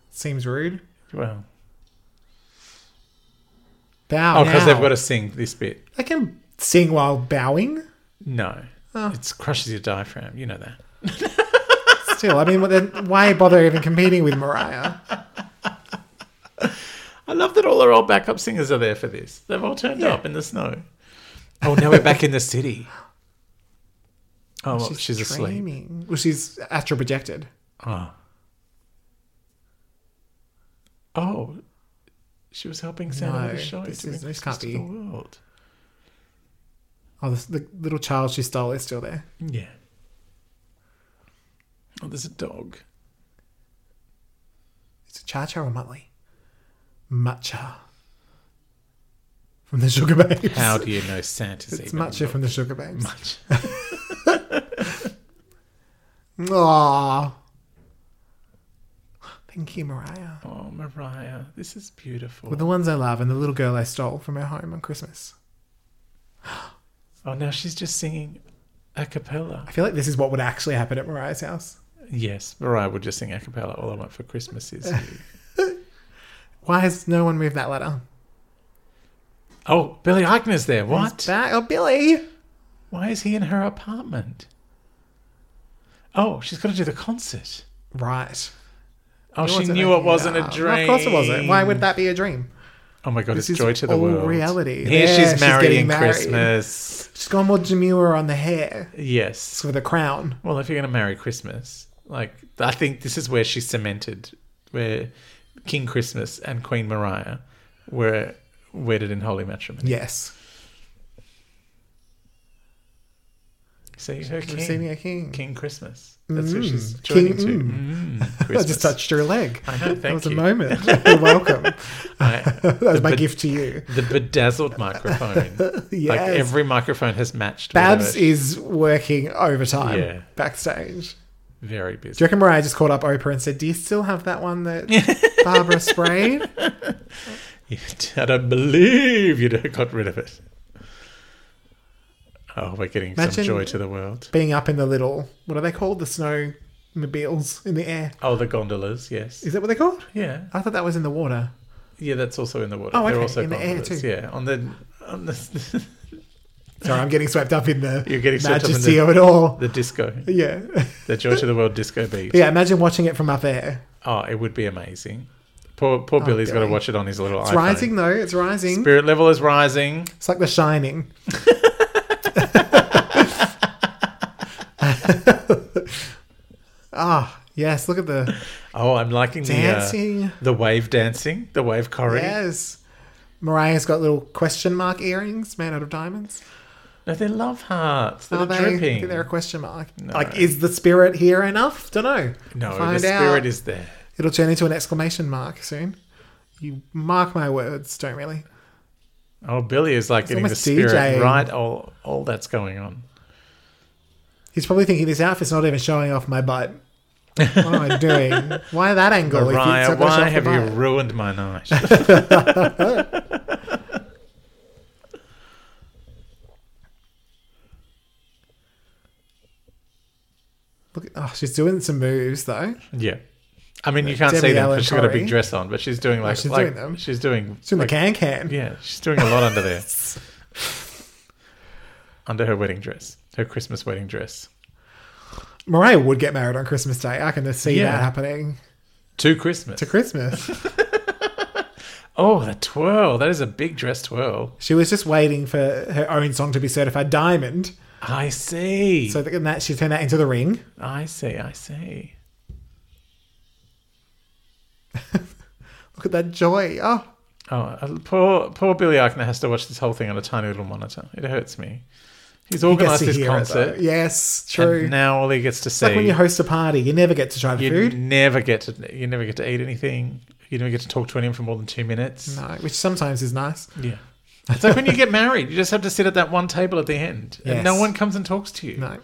S3: Seems rude.
S2: Well,
S3: Bow.
S2: oh, because
S3: now.
S2: they've got to sing this bit.
S3: They can sing while bowing.
S2: No, it crushes your diaphragm. You know that.
S3: Still, I mean, what- then why bother even competing with Mariah?
S2: I love that all our old backup singers are there for this. They've all turned up in the snow. Oh, now we're back in the city. Oh, well, she's, asleep.
S3: dreaming. Well, she's astral projected.
S2: Oh. Oh, she was helping Santa with
S3: No,
S2: the show.
S3: this
S2: doing
S3: is- this
S2: Christmas
S3: can't
S2: to
S3: be.
S2: The world.
S3: Oh, the, the little child she stole is still there.
S2: Yeah. Oh, there's a dog.
S3: Is it Cha Cha or Muttley? Matcha. From the Sugar Babes.
S2: How do you know Santa's
S3: it's
S2: even?
S3: Matcha from the Sugar Babes.
S2: [LAUGHS] much.
S3: Aww. Thank you, Mariah.
S2: Oh, Mariah, this is beautiful.
S3: With the ones I love and the little girl I stole from her home on Christmas.
S2: oh, now she's just singing a cappella.
S3: I feel like this is what would actually happen at Mariah's house.
S2: Yes, Mariah would just sing a cappella. All I want for Christmas is you.
S3: Why has no one moved that letter?
S2: [LAUGHS] Oh, Billy Eichner's there.
S3: He's
S2: What?
S3: Back. Oh, Billy.
S2: Why is he in her apartment? Oh, she's got to do the concert.
S3: Right.
S2: Oh,
S3: It
S2: she
S3: wasn't
S2: knew
S3: a-
S2: it wasn't
S3: Nah,
S2: a dream.
S3: Of course it wasn't. Why would that be a dream?
S2: Oh my God,
S3: This
S2: it's
S3: is
S2: joy to the
S3: all
S2: world.
S3: reality.
S2: Here
S3: There,
S2: she's
S3: she's
S2: marrying
S3: getting married.
S2: Christmas.
S3: She's gone more demure on the hair. It's
S2: Yes.
S3: with a crown.
S2: Well, if you're going to marry Christmas, like I think this is where she cemented, where King Christmas and Queen Mariah were wedded in holy matrimony.
S3: Yes.
S2: See her king,
S3: We've seen a king.
S2: King Christmas. That's who she's
S3: Mm.
S2: joining
S3: King-
S2: to. Mm.
S3: [LAUGHS] I
S2: Christmas.
S3: just touched your leg.
S2: I know.
S3: [LAUGHS]
S2: Thank
S3: that was
S2: you.
S3: a
S2: [LAUGHS]
S3: moment. You're welcome. [LAUGHS]
S2: I-
S3: That was my
S2: bed-
S3: gift to you.
S2: the
S3: [LAUGHS]
S2: bedazzled microphone. [LAUGHS] Like
S3: Yes.
S2: every microphone has matched.
S3: Babs
S2: whatever-
S3: is working overtime
S2: Yeah.
S3: backstage.
S2: very
S3: Do
S2: busy.
S3: you reckon Mariah just called up Oprah and said, Do you still have that one
S2: [LAUGHS]
S3: that Barbara sprayed?
S2: I don't believe you got rid of it. Oh, we're getting some
S3: Imagine-
S2: joy to the world.
S3: Being up in the little, what are they called? The snow mobiles in the air.
S2: Oh, the gondolas, yes.
S3: Is that what they're called?
S2: Yeah,
S3: I thought that was in the water.
S2: yeah, that's also in the water.
S3: Oh,
S2: They're
S3: okay,
S2: also
S3: in the air
S2: gondolas,
S3: too.
S2: Yeah, on the on the [LAUGHS]
S3: Sorry, I'm getting swept up in the
S2: You're getting swept up in
S3: majesty
S2: the-
S3: of it all.
S2: the disco,
S3: Yeah. [LAUGHS]
S2: the joy to the world disco beat.
S3: yeah, imagine watching it from up there.
S2: Oh, it would be amazing. Poor poor Billy's got to
S3: Billy.
S2: watch it on his little
S3: Oh, It's
S2: iPhone.
S3: rising though. It's rising.
S2: Spirit level is rising.
S3: It's like The Shining. Ah, yes. Look at the
S2: Oh, I'm liking the uh,
S3: dancing.
S2: the wave dancing, the wave choreo.
S3: yes. Mariah's got little question mark earrings made out of diamonds.
S2: No, they're love hearts. They're
S3: Are Oh, they? I
S2: dripping.
S3: think they're a question mark.
S2: No.
S3: Like, is the spirit here enough? Don't know.
S2: no, the
S3: Find
S2: spirit
S3: out.
S2: is there.
S3: It'll turn into an exclamation mark soon. You mark my words. Don't really.
S2: Oh, Billy is like getting the
S3: almost
S2: spirit
S3: DJing.
S2: right. All all that's going on.
S3: He's probably thinking this outfit's not even showing off my butt. What am
S2: [LAUGHS]
S3: I doing? Why that angle? if it's
S2: Mariah,
S3: not gonna show
S2: why
S3: off
S2: have
S3: the
S2: you
S3: butt?
S2: ruined my night?
S3: Look, oh, she's doing some moves though.
S2: yeah. I mean, you can't
S3: Debbie
S2: see them
S3: Allen
S2: because she's got a big
S3: Torrey.
S2: dress on, but she's doing like,
S3: she's
S2: like
S3: doing them.
S2: she's doing,
S3: She's doing
S2: like,
S3: the can can.
S2: yeah, she's doing a lot under there, [LAUGHS] under her wedding dress, her Christmas wedding dress.
S3: Mariah would get married on Christmas Day. I can just see
S2: Yeah.
S3: that happening
S2: To Christmas.
S3: to
S2: [LAUGHS]
S3: Christmas.
S2: oh, the twirl. That is a big dress twirl.
S3: she was just waiting for her own song to be certified diamond,
S2: I see.
S3: so that, and that she turned that into the ring.
S2: I see. I see.
S3: Look at that joy! Oh,
S2: Oh, uh, poor poor Billy Eichner has to watch this whole thing on a tiny little monitor. It hurts me. He's
S3: he gets
S2: organised
S3: to
S2: his
S3: hear
S2: concert,
S3: it. Though. Yes, true.
S2: and now all he gets to see.
S3: Like when you host a party, you never get to try the
S2: you
S3: food.
S2: never get to you never get to eat anything. You never get to talk to anyone for more than two minutes.
S3: No, which sometimes is nice.
S2: Yeah. It's like when you get married, you just have to sit at that one table at the end, and
S3: Yes.
S2: no one comes and talks to you,
S3: No,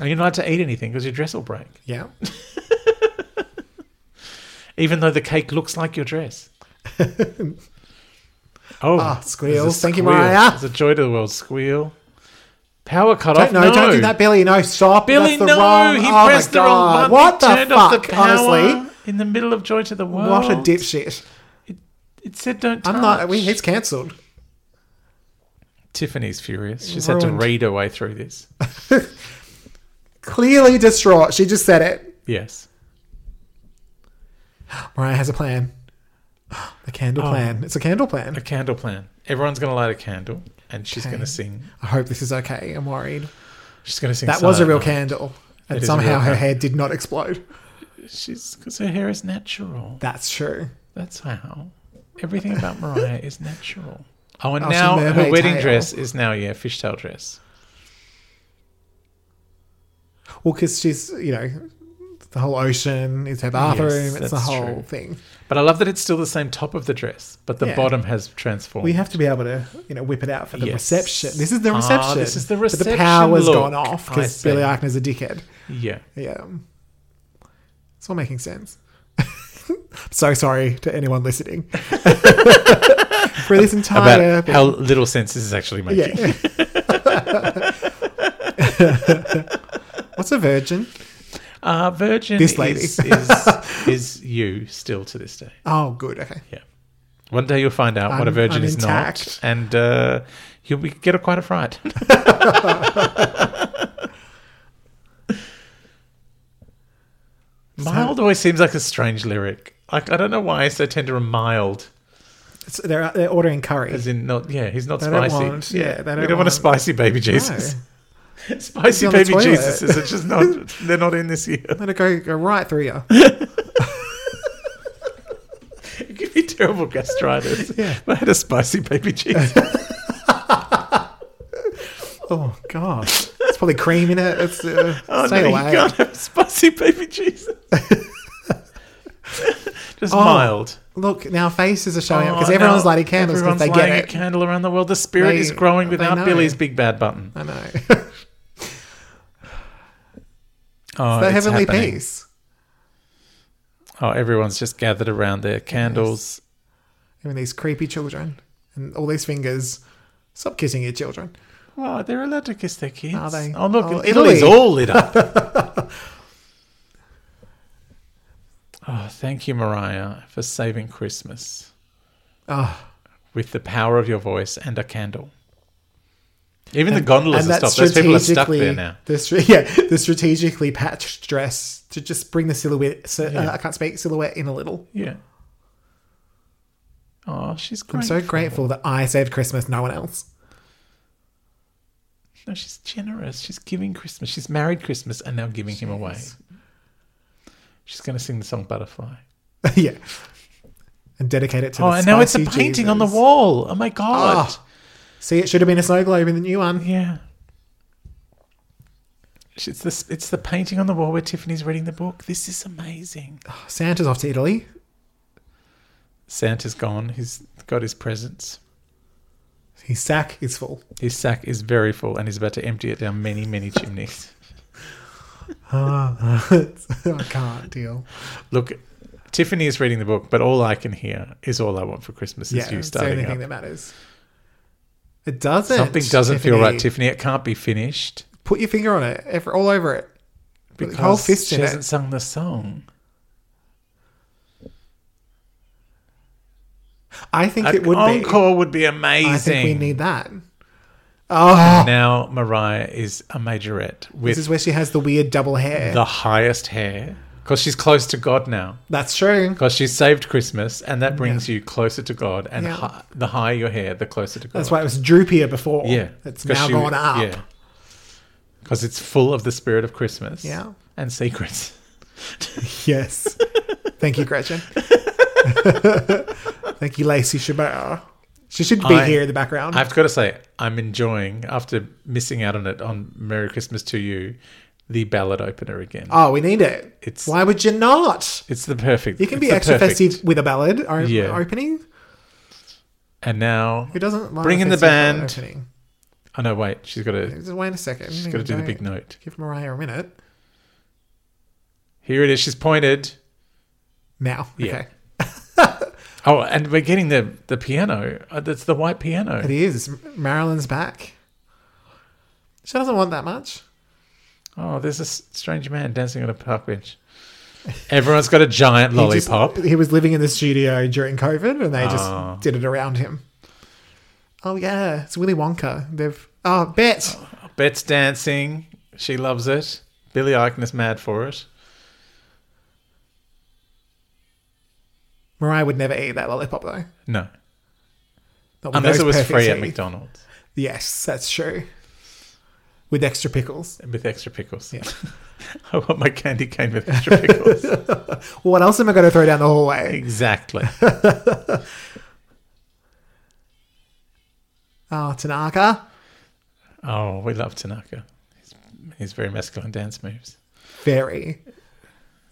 S2: and you're not allowed to eat anything because your dress will break,
S3: yeah.
S2: even though the cake looks like your
S3: [LAUGHS]
S2: dress. oh,
S3: Ah,
S2: there's a
S3: squeals. Thank you,
S2: squeal.
S3: Mariah.
S2: It's a joy to the world squeal. Power cut off.
S3: Don't, no, don't do that, Billy. No, stop.
S2: Billy,
S3: That's the
S2: no,
S3: wrong.
S2: he
S3: oh my
S2: pressed the wrong
S3: God.
S2: button.
S3: What the
S2: turned
S3: fuck?
S2: off the power
S3: Honestly,
S2: in the middle of Joy to the World.
S3: what a dipshit.
S2: It said don't touch.
S3: I'm not. We, he's cancelled.
S2: Tiffany's furious. She's had
S3: Ruined.
S2: to read her way
S3: [LAUGHS]
S2: through this.
S3: Clearly distraught. She just said it.
S2: Yes.
S3: Mariah has a plan. The candle
S2: Oh.
S3: plan. It's a candle plan.
S2: A candle plan. Everyone's going to light a candle and she's
S3: Okay.
S2: going to sing.
S3: I hope this is okay. I'm worried.
S2: She's going to sing.
S3: That was a
S2: Silent
S3: real
S2: Night.
S3: candle.
S2: uh, It
S3: And
S2: is a real
S3: somehow her
S2: candle.
S3: hair did not explode.
S2: She's because her hair is natural.
S3: That's true.
S2: That's how. Everything about Mariah is natural. Oh, and
S3: Oh, she
S2: now her
S3: mermaid
S2: wedding
S3: tail.
S2: dress is now, yeah, fishtail dress.
S3: Well, because she's, you know, the whole ocean is her bathroom. it's the
S2: that's
S3: whole
S2: true.
S3: thing.
S2: But I love that it's still the same top of the dress, but the
S3: Yeah.
S2: bottom has transformed.
S3: We have to be able to, you know, whip it out for the
S2: Yes.
S3: reception. This is the
S2: Ah,
S3: reception.
S2: this is the
S3: But the
S2: reception
S3: power's
S2: look.
S3: gone off
S2: I
S3: because
S2: see.
S3: Billy Eichner's a dickhead.
S2: yeah.
S3: Yeah. It's all making sense. [LAUGHS] so sorry to anyone listening. [LAUGHS] For this entire
S2: About how little sense this is actually making.
S3: Yeah. [LAUGHS] What's a virgin?
S2: Uh, Virgin
S3: This lady.
S2: is, is,
S3: [LAUGHS]
S2: is you still to this day.
S3: Oh, good. Okay.
S2: Yeah. One day you'll find out what a
S3: I'm-
S2: virgin
S3: I'm
S2: is
S3: intact.
S2: not, and uh, you'll be, get a quite
S3: [LAUGHS]
S2: a fright. [LAUGHS] mild always seems like a strange lyric. Like I don't know why I so tender and mild.
S3: It's, they're they're ordering curry.
S2: As in, not yeah, he's not
S3: They don't
S2: spicy.
S3: want- yeah, they
S2: we
S3: don't
S2: don't want a
S3: want-
S2: spicy baby Jesus. [LAUGHS] spicy
S3: on the
S2: baby
S3: toilet.
S2: Jesus is just not.
S3: [LAUGHS]
S2: They're not in this year. [LAUGHS]
S3: Let it go, go right through you.
S2: It could be terrible gastritis.
S3: Yeah.
S2: But I had a spicy baby Jesus.
S3: Oh God, it's probably cream in it. It's uh,
S2: Oh
S3: stay
S2: no,
S3: away.
S2: you can't have spicy
S3: [LAUGHS]
S2: baby Jesus. Just
S3: Oh,
S2: mild.
S3: Look, now faces are showing up because
S2: Oh,
S3: everyone's
S2: no,
S3: lighting candles because
S2: Everyone's
S3: they get
S2: lighting
S3: it.
S2: a candle around the world. The spirit
S3: They-
S2: is growing
S3: they
S2: without
S3: know.
S2: Billy's big bad button.
S3: I know. the
S2: [LAUGHS] Oh, it's
S3: heavenly
S2: happening.
S3: peace.
S2: Oh, everyone's just gathered around their candles.
S3: Even these creepy children and all these fingers. Stop kissing your children.
S2: Oh, they're allowed to kiss their kids.
S3: Are they?
S2: Oh, look,
S3: Oh,
S2: Italy's
S3: Italy.
S2: all lit up.
S3: [LAUGHS]
S2: oh, thank you, Mariah, for saving Christmas
S3: Oh,
S2: with the power of your voice and a candle. Even the gondolas
S3: and
S2: are
S3: that
S2: stopped. Those people are stuck
S3: strategically-
S2: there now.
S3: The, stra- [LAUGHS] yeah, the strategically patched dress to just bring the silhouette. So,
S2: Yeah.
S3: uh, I can't speak silhouette in a little.
S2: Yeah. Oh, she's
S3: I'm
S2: great.
S3: so grateful that I saved Christmas, no one else. [LAUGHS]
S2: No, she's generous. She's giving Christmas. She's married Christmas and now giving him away. She's going to sing the song Butterfly.
S3: yeah. And dedicate it to
S2: Oh,
S3: the
S2: and now it's a
S3: spicy
S2: painting on the
S3: Jesus.
S2: wall. Oh my god.
S3: Oh. See, it should have been a snow globe in the new one.
S2: Yeah. It's the it's the painting on the wall where Tiffany's reading the book. This is amazing.
S3: Santa's off to Italy.
S2: Santa's gone. He's got his presents.
S3: His sack is full.
S2: His sack is very full and he's about to empty it down many, many chimneys. Ah.
S3: [LAUGHS] I can't deal.
S2: Look, Tiffany is reading the book, but all I can hear is all I want for Christmas is
S3: yeah,
S2: you
S3: it's the only
S2: starting
S3: thing that
S2: up.
S3: matters. It doesn't.
S2: Something doesn't feel right, Tiffany. It can't be finished
S3: Put your finger on it, ev- all over it. Put
S2: because
S3: your whole fist
S2: she
S3: in
S2: hasn't
S3: it.
S2: sung the song.
S3: I think
S2: An
S3: it would be.
S2: encore would be amazing.
S3: I think we need that. Oh,
S2: now Mariah is a majorette
S3: this
S2: with
S3: is where she has the weird double hair.
S2: the highest hair because she's close to God now.
S3: That's true.
S2: Because she saved Christmas, and that brings you closer to God. And
S3: Yeah.
S2: hi- the higher your hair, the closer to God.
S3: That's why it was droopier before.
S2: Yeah,
S3: It's
S2: 'Cause
S3: now
S2: she-
S3: gone up.
S2: Yeah, because it's full of the spirit of Christmas.
S3: Yeah.
S2: and secrets.
S3: Yes. Thank you,
S2: [LAUGHS]
S3: Gretchen. Thank you, Lacey Chabert. She should be
S2: I-
S3: here in the background.
S2: I've got to say, I'm enjoying after missing out on it on "Merry Christmas to You," the ballad opener again.
S3: oh, we need it.
S2: It's-
S3: Why would you not?
S2: It's the perfect.
S3: You can
S2: it's
S3: be
S2: the
S3: extra
S2: perfect.
S3: festive with a ballad or
S2: Yeah.
S3: opening.
S2: And now,
S3: Who doesn't like
S2: Bring
S3: a
S2: in the
S3: festive ballad
S2: band.
S3: Opening?
S2: oh no, wait, she's got to
S3: Just wait a second. She's
S2: got to do the big note.
S3: Give Mariah a minute.
S2: Here it is. She's pointed.
S3: Now.
S2: Yeah.
S3: Okay.
S2: Oh, and we're getting the the piano. Uh, That's the white piano.
S3: It is. Marilyn's back. She doesn't want that much.
S2: Oh, there's a s- strange man dancing on a park bench. Everyone's got a giant
S3: He just-
S2: lollipop.
S3: He, was living in the studio during COVID, and they
S2: Oh.
S3: just did it around him. Oh yeah, it's Willy Wonka. They've oh bet
S2: Bet's dancing. She loves it. Billy Eichner is mad for it.
S3: Mariah would never eat that lollipop though.
S2: No,
S3: Not with
S2: unless
S3: those
S2: it was
S3: perfect
S2: free at
S3: teeth.
S2: McDonald's
S3: Yes, that's true. With extra pickles.
S2: with extra pickles.
S3: Yeah.
S2: [LAUGHS] I want my candy cane with extra [LAUGHS] pickles.
S3: Well, what else am I going to throw down the hallway?
S2: [LAUGHS] exactly.
S3: Oh, Tanaka,
S2: Oh, we love Tanaka. He's, he's very masculine dance moves.
S3: very,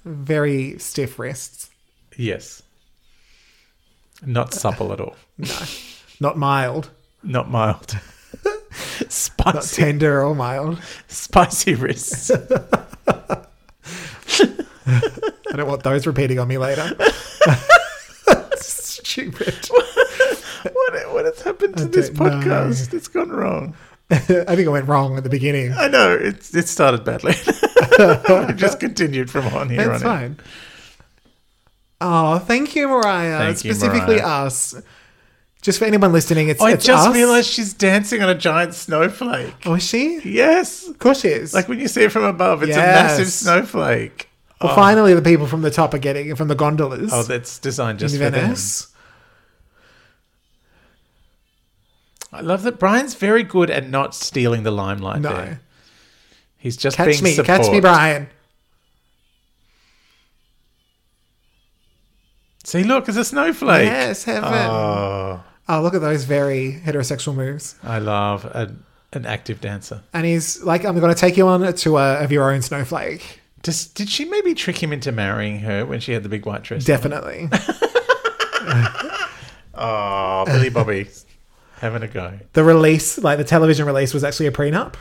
S3: very stiff wrists.
S2: Yes. Not supple at all.
S3: Not mild,
S2: Not mild. [LAUGHS]
S3: not
S2: spicy,
S3: tender or mild.
S2: spicy wrists.
S3: I don't want those repeating on me
S2: [LAUGHS]
S3: later. Stupid.
S2: [LAUGHS] what, what has happened to
S3: I
S2: this
S3: don't know.
S2: podcast? It's gone wrong.
S3: I think I went wrong at the beginning.
S2: I know it's it started badly. [LAUGHS] we just continued from on here
S3: That's
S2: on
S3: fine. Oh, thank you, Mariah.
S2: Thank you,
S3: Specifically
S2: Mariah.
S3: us. Just for anyone listening, it's,
S2: I
S3: it's
S2: just
S3: us.
S2: realized she's dancing on a giant snowflake.
S3: Oh, is she?
S2: Yes,
S3: Of course she is.
S2: like when you see it from above, it's a massive
S3: Yes.
S2: snowflake.
S3: well, finally, the people from the top are getting from the gondolas
S2: Oh, that's designed
S3: in
S2: just for them.
S3: Venice.
S2: I love that Brian's very good at not stealing the limelight.
S3: No,
S2: there. he's just
S3: catch
S2: being
S3: me,
S2: support.
S3: catch me, Brian.
S2: See, look, it's a snowflake.
S3: yes, heaven. Oh.
S2: Oh,
S3: look at those very heterosexual moves.
S2: I love a, an active dancer.
S3: And he's like, "I'm going to take you on a tour of your own snowflake."
S2: Does, did she maybe trick him into marrying her when she had the big white dress? [LAUGHS]
S3: Definitely.
S2: Oh, Billy Bobby having a go.
S3: the release, like the television release, was actually a
S2: [LAUGHS]
S3: prenup.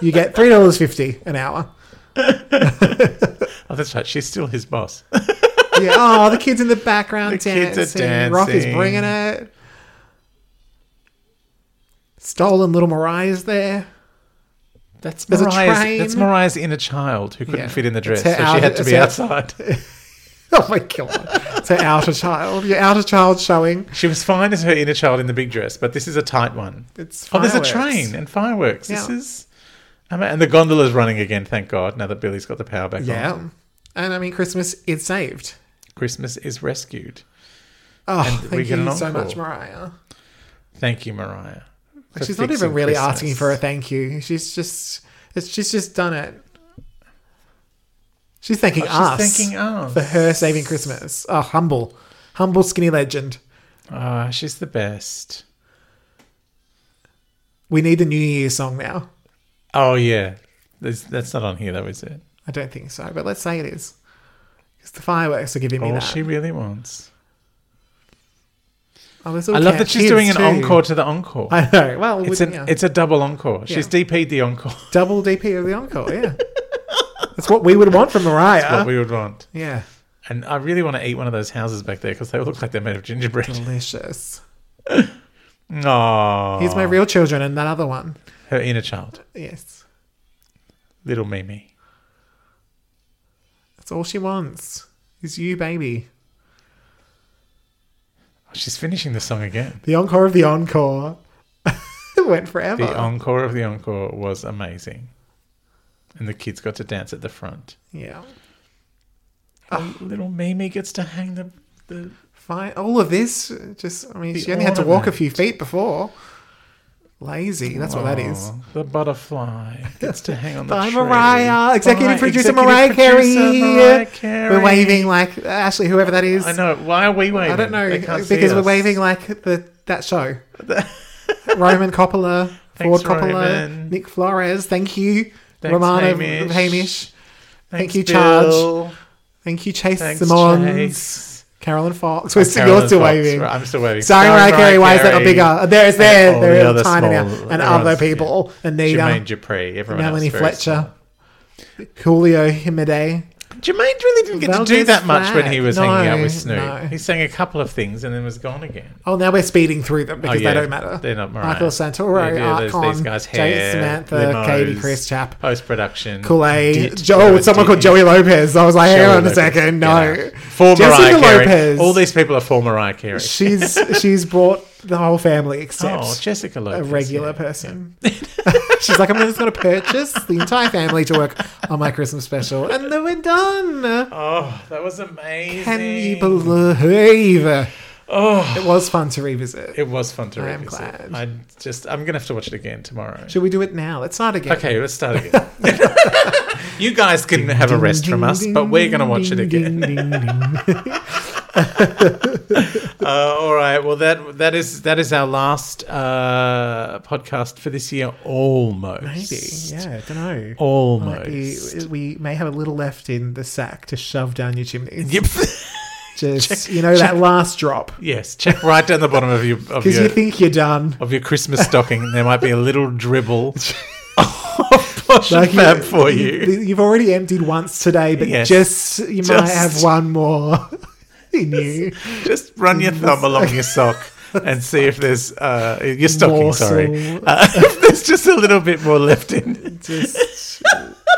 S3: you get three dollars fifty an hour.
S2: Oh, that's right. She's still his boss.
S3: Yeah. Oh, the kids in the background
S2: The
S3: dancing.
S2: kids are
S3: Rock is
S2: dancing.
S3: bringing it. Stolen little Mariah's there.
S2: [LAUGHS]
S3: [LAUGHS]
S2: That's
S3: There's a
S2: Mariah's.
S3: train.
S2: That's Mariah's inner child who couldn't
S3: Yeah.
S2: fit in the dress,
S3: It's her
S2: so she
S3: outer-
S2: had to
S3: it's
S2: be
S3: her-
S2: outside.
S3: Oh my god! It's her outer child. Your outer child showing.
S2: [LAUGHS] She was fine as her inner child in the big dress, but this is a tight one.
S3: It's
S2: Oh, there's a
S3: fireworks.
S2: train and fireworks. This
S3: Yeah.
S2: is. I mean, and the gondola's running again, thank God, now that Billy's got the power back on.
S3: Yeah. And I mean, Christmas is saved.
S2: Christmas is rescued.
S3: Oh,
S2: And we
S3: thank
S2: get an
S3: you so
S2: encore.
S3: much, Mariah.
S2: Thank you, Mariah. for
S3: Like, she's not
S2: fixing
S3: even really
S2: Christmas. Oh,
S3: asking for a thank you. She's just, it's, she's just done it. She's thanking
S2: Oh,
S3: us
S2: she's thanking us.
S3: for her saving Christmas. Oh, humble, humble skinny legend.
S2: Ah, she's the best.
S3: We need a New Year song now.
S2: Oh, yeah. There's, that's not on here, though, is it?
S3: I don't think so, but let's say it is.
S2: Oh,
S3: Because the fireworks are giving me
S2: All
S3: that.
S2: she really wants.
S3: Oh, there's
S2: I
S3: little
S2: love that
S3: cat
S2: she's
S3: kids
S2: doing an
S3: too.
S2: encore to the encore.
S3: I know. Well, it's
S2: it's an it's a double encore. She's DP'd the encore. [LAUGHS]
S3: double DP of the encore. Yeah, that's what we would
S2: [LAUGHS]
S3: want from Mariah.
S2: what we would want.
S3: yeah,
S2: And I really want to eat one of those houses back there because they all look like they're made of [LAUGHS] gingerbread.
S3: delicious.
S2: Oh,
S3: Here's my real children and that other one.
S2: her inner child,
S3: Yes,
S2: little Mimi.
S3: that's all she wants is you, baby.
S2: Oh, she's finishing the song again.
S3: The encore of the encore. [LAUGHS] it went forever.
S2: The encore of the encore was amazing, and the kids got to dance at the front. Oh,
S3: yeah. Ah.
S2: Little Mimi gets to hang the the
S3: Fine. All of this, just I mean,
S2: The
S3: she only had to walk a
S2: ornament.
S3: few feet before. Lazy. That's what that is.
S2: Aw, The butterfly gets to hang on the
S3: Bye,
S2: tree.
S3: Mariah. Executive
S2: Bye,
S3: producer
S2: executive
S3: Mariah, Carey.
S2: producer Mariah Carey.
S3: We're waving like Ashley, whoever that is.
S2: I know. Why are we waving?
S3: I don't know
S2: They can't see
S3: because we're
S2: us.
S3: waving
S2: [LAUGHS]
S3: like the that show. Roman Coppola, Ford
S2: Thanks,
S3: Coppola,
S2: Roman.
S3: Nick Flores. Thank you,
S2: Thanks,
S3: Romano
S2: Hamish.
S3: Hamish. Thank
S2: Thanks,
S3: you, Charge.
S2: Bill.
S3: Thank you, Chase
S2: Thanks,
S3: Simmons.
S2: Chase.
S3: Carolyn Fox. We're still,
S2: Carolyn
S3: you're still
S2: Fox.
S3: waving.
S2: Right, I'm still waving.
S3: Sorry, Mariah Carey. Why is that not
S2: Carey,
S3: bigger? Oh, There is there.
S2: all
S3: there
S2: the
S3: is
S2: other
S3: tiny now.
S2: small-
S3: And other
S2: everyone's-
S3: people.
S2: Jermaine
S3: Anita,
S2: Dupri. Everyone
S3: Melanie
S2: else, very
S3: Fletcher, Julio Jimenez.
S2: small. Jermaine really didn't get to do
S3: Valdez
S2: that much when he
S3: Flagg.
S2: was
S3: No,
S2: hanging out with Snoop.
S3: no.
S2: He sang a couple of things and then was gone again. Oh,
S3: Oh, now we're speeding through them because
S2: yeah.
S3: they don't matter.
S2: They're not Mariah.
S3: Michael
S2: Yeah,
S3: Santoro,
S2: yeah,
S3: Art
S2: those-
S3: Con,
S2: these guys,
S3: Jay
S2: hair,
S3: Samantha,
S2: limos,
S3: Katie, Chris Chap,
S2: Post production.
S3: Kool Aid,
S2: Did-
S3: Joel.
S2: did-
S3: oh, someone called Joey Lopez. I was like, hang
S2: Joey
S3: on a
S2: Lopez.
S3: second, no.
S2: Yeah. For
S3: Jessica
S2: Mariah Carey.
S3: Lopez.
S2: All these people are for Mariah Carey.
S3: She's she's brought the whole family except
S2: Oh,
S3: a
S2: Jessica Lopez.
S3: regular
S2: yeah.
S3: person. [LAUGHS] she's like, I'm just going to purchase the entire family to work on my Christmas special, and then we're done.
S2: Oh, that was amazing.
S3: Can you believe?
S2: Oh,
S3: It was fun to revisit.
S2: it was fun to
S3: I am
S2: revisit.
S3: glad.
S2: I just, I'm gonna have to watch it again tomorrow.
S3: Should we do it now? Let's start again.
S2: Okay, let's start
S3: [LAUGHS]
S2: again. you guys can have a rest from us, but we're going to watch it again. [LAUGHS] Uh, all right. Well, that that is that is our last uh, podcast for this year, almost.
S3: Maybe. Yeah, I don't know. Might be,
S2: Almost.
S3: we may have a little left in the sack to shove down your chimney.
S2: Yep.
S3: [LAUGHS] Just you know that last drop
S2: yes. Check right down the bottom of your of
S3: because
S2: your
S3: you think you're done.
S2: of your Christmas stocking. There might be a
S3: [LAUGHS]
S2: little dribble of posh
S3: Like
S2: and fab
S3: you-
S2: for you.
S3: You've already emptied once today, but
S2: Yes.
S3: just you might
S2: Just-
S3: have one more [LAUGHS] in you.
S2: Just run your thumb along your sock and see if there's uh, your stocking. Sorry,
S3: Morsel.
S2: uh, [LAUGHS] if there's just a little bit more left in.
S3: Just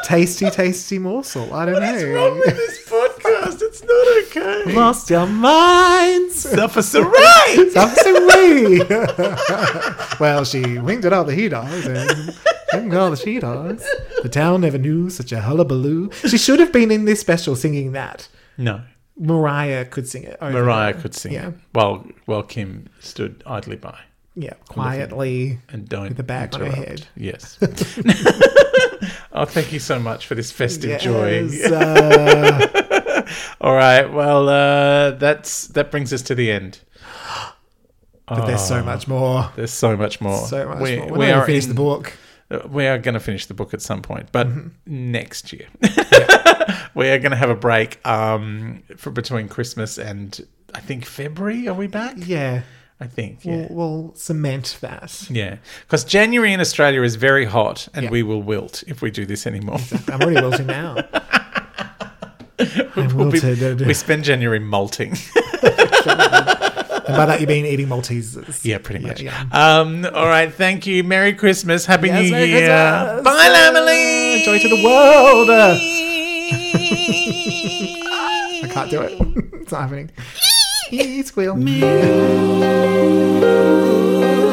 S3: tasty, tasty morsel. I don't
S2: What's
S3: know.
S2: wrong with this podcast? It's not okay.
S3: [LAUGHS] Lost your minds. [LAUGHS]
S2: Suffer Sarai!
S3: That's a way. [LAUGHS] well, she winked at all the he dogs and winked at all the she dogs. The town never knew such a hullabaloo. She should have been in this special singing that.
S2: No,
S3: Mariah could sing it. Over.
S2: Mariah could sing
S3: Yeah.
S2: while while Kim stood idly by
S3: Yeah, quietly.
S2: and don't
S3: With a bag on her
S2: interrupt.
S3: head. [LAUGHS]
S2: Yes. oh, thank you so much for this festive joy.
S3: Yes, uh,
S2: [LAUGHS] All right, well, uh, that's that brings us to the end.
S3: but there's so much more.
S2: There's so much more.
S3: So much
S2: Um, we,
S3: more.
S2: We
S3: We're not
S2: are
S3: gonna finish
S2: in-
S3: the book. Mm-hmm.
S2: Uh, We are going to finish the book at some point, but
S3: [LAUGHS]
S2: next year we are going to have a break um, for between Christmas and I think February. Are we back?
S3: Yeah,
S2: I think. Yeah.
S3: We'll, we'll cement that.
S2: yeah, because January in Australia is very hot, and
S3: Yeah.
S2: we will wilt if we do this anymore.
S3: I'm already wilting
S2: [LAUGHS]
S3: now. I'm
S2: We'll be-
S3: wilted.
S2: we spend January molting.
S3: and by that you mean eating Maltesers.
S2: yeah, pretty much.
S3: [LAUGHS] yeah.
S2: [LAUGHS] Um, all right, thank you. Merry Christmas. Happy
S3: Yes,
S2: New
S3: Merry
S2: Year.
S3: Christmas.
S2: Bye,
S3: Uh,
S2: Lamely.
S3: joy to the
S2: [LAUGHS]
S3: world. Uh, I
S2: I
S3: can't do it. [LAUGHS]
S2: [LAUGHS]
S3: it's not happening. Squeal.
S1: Ooh,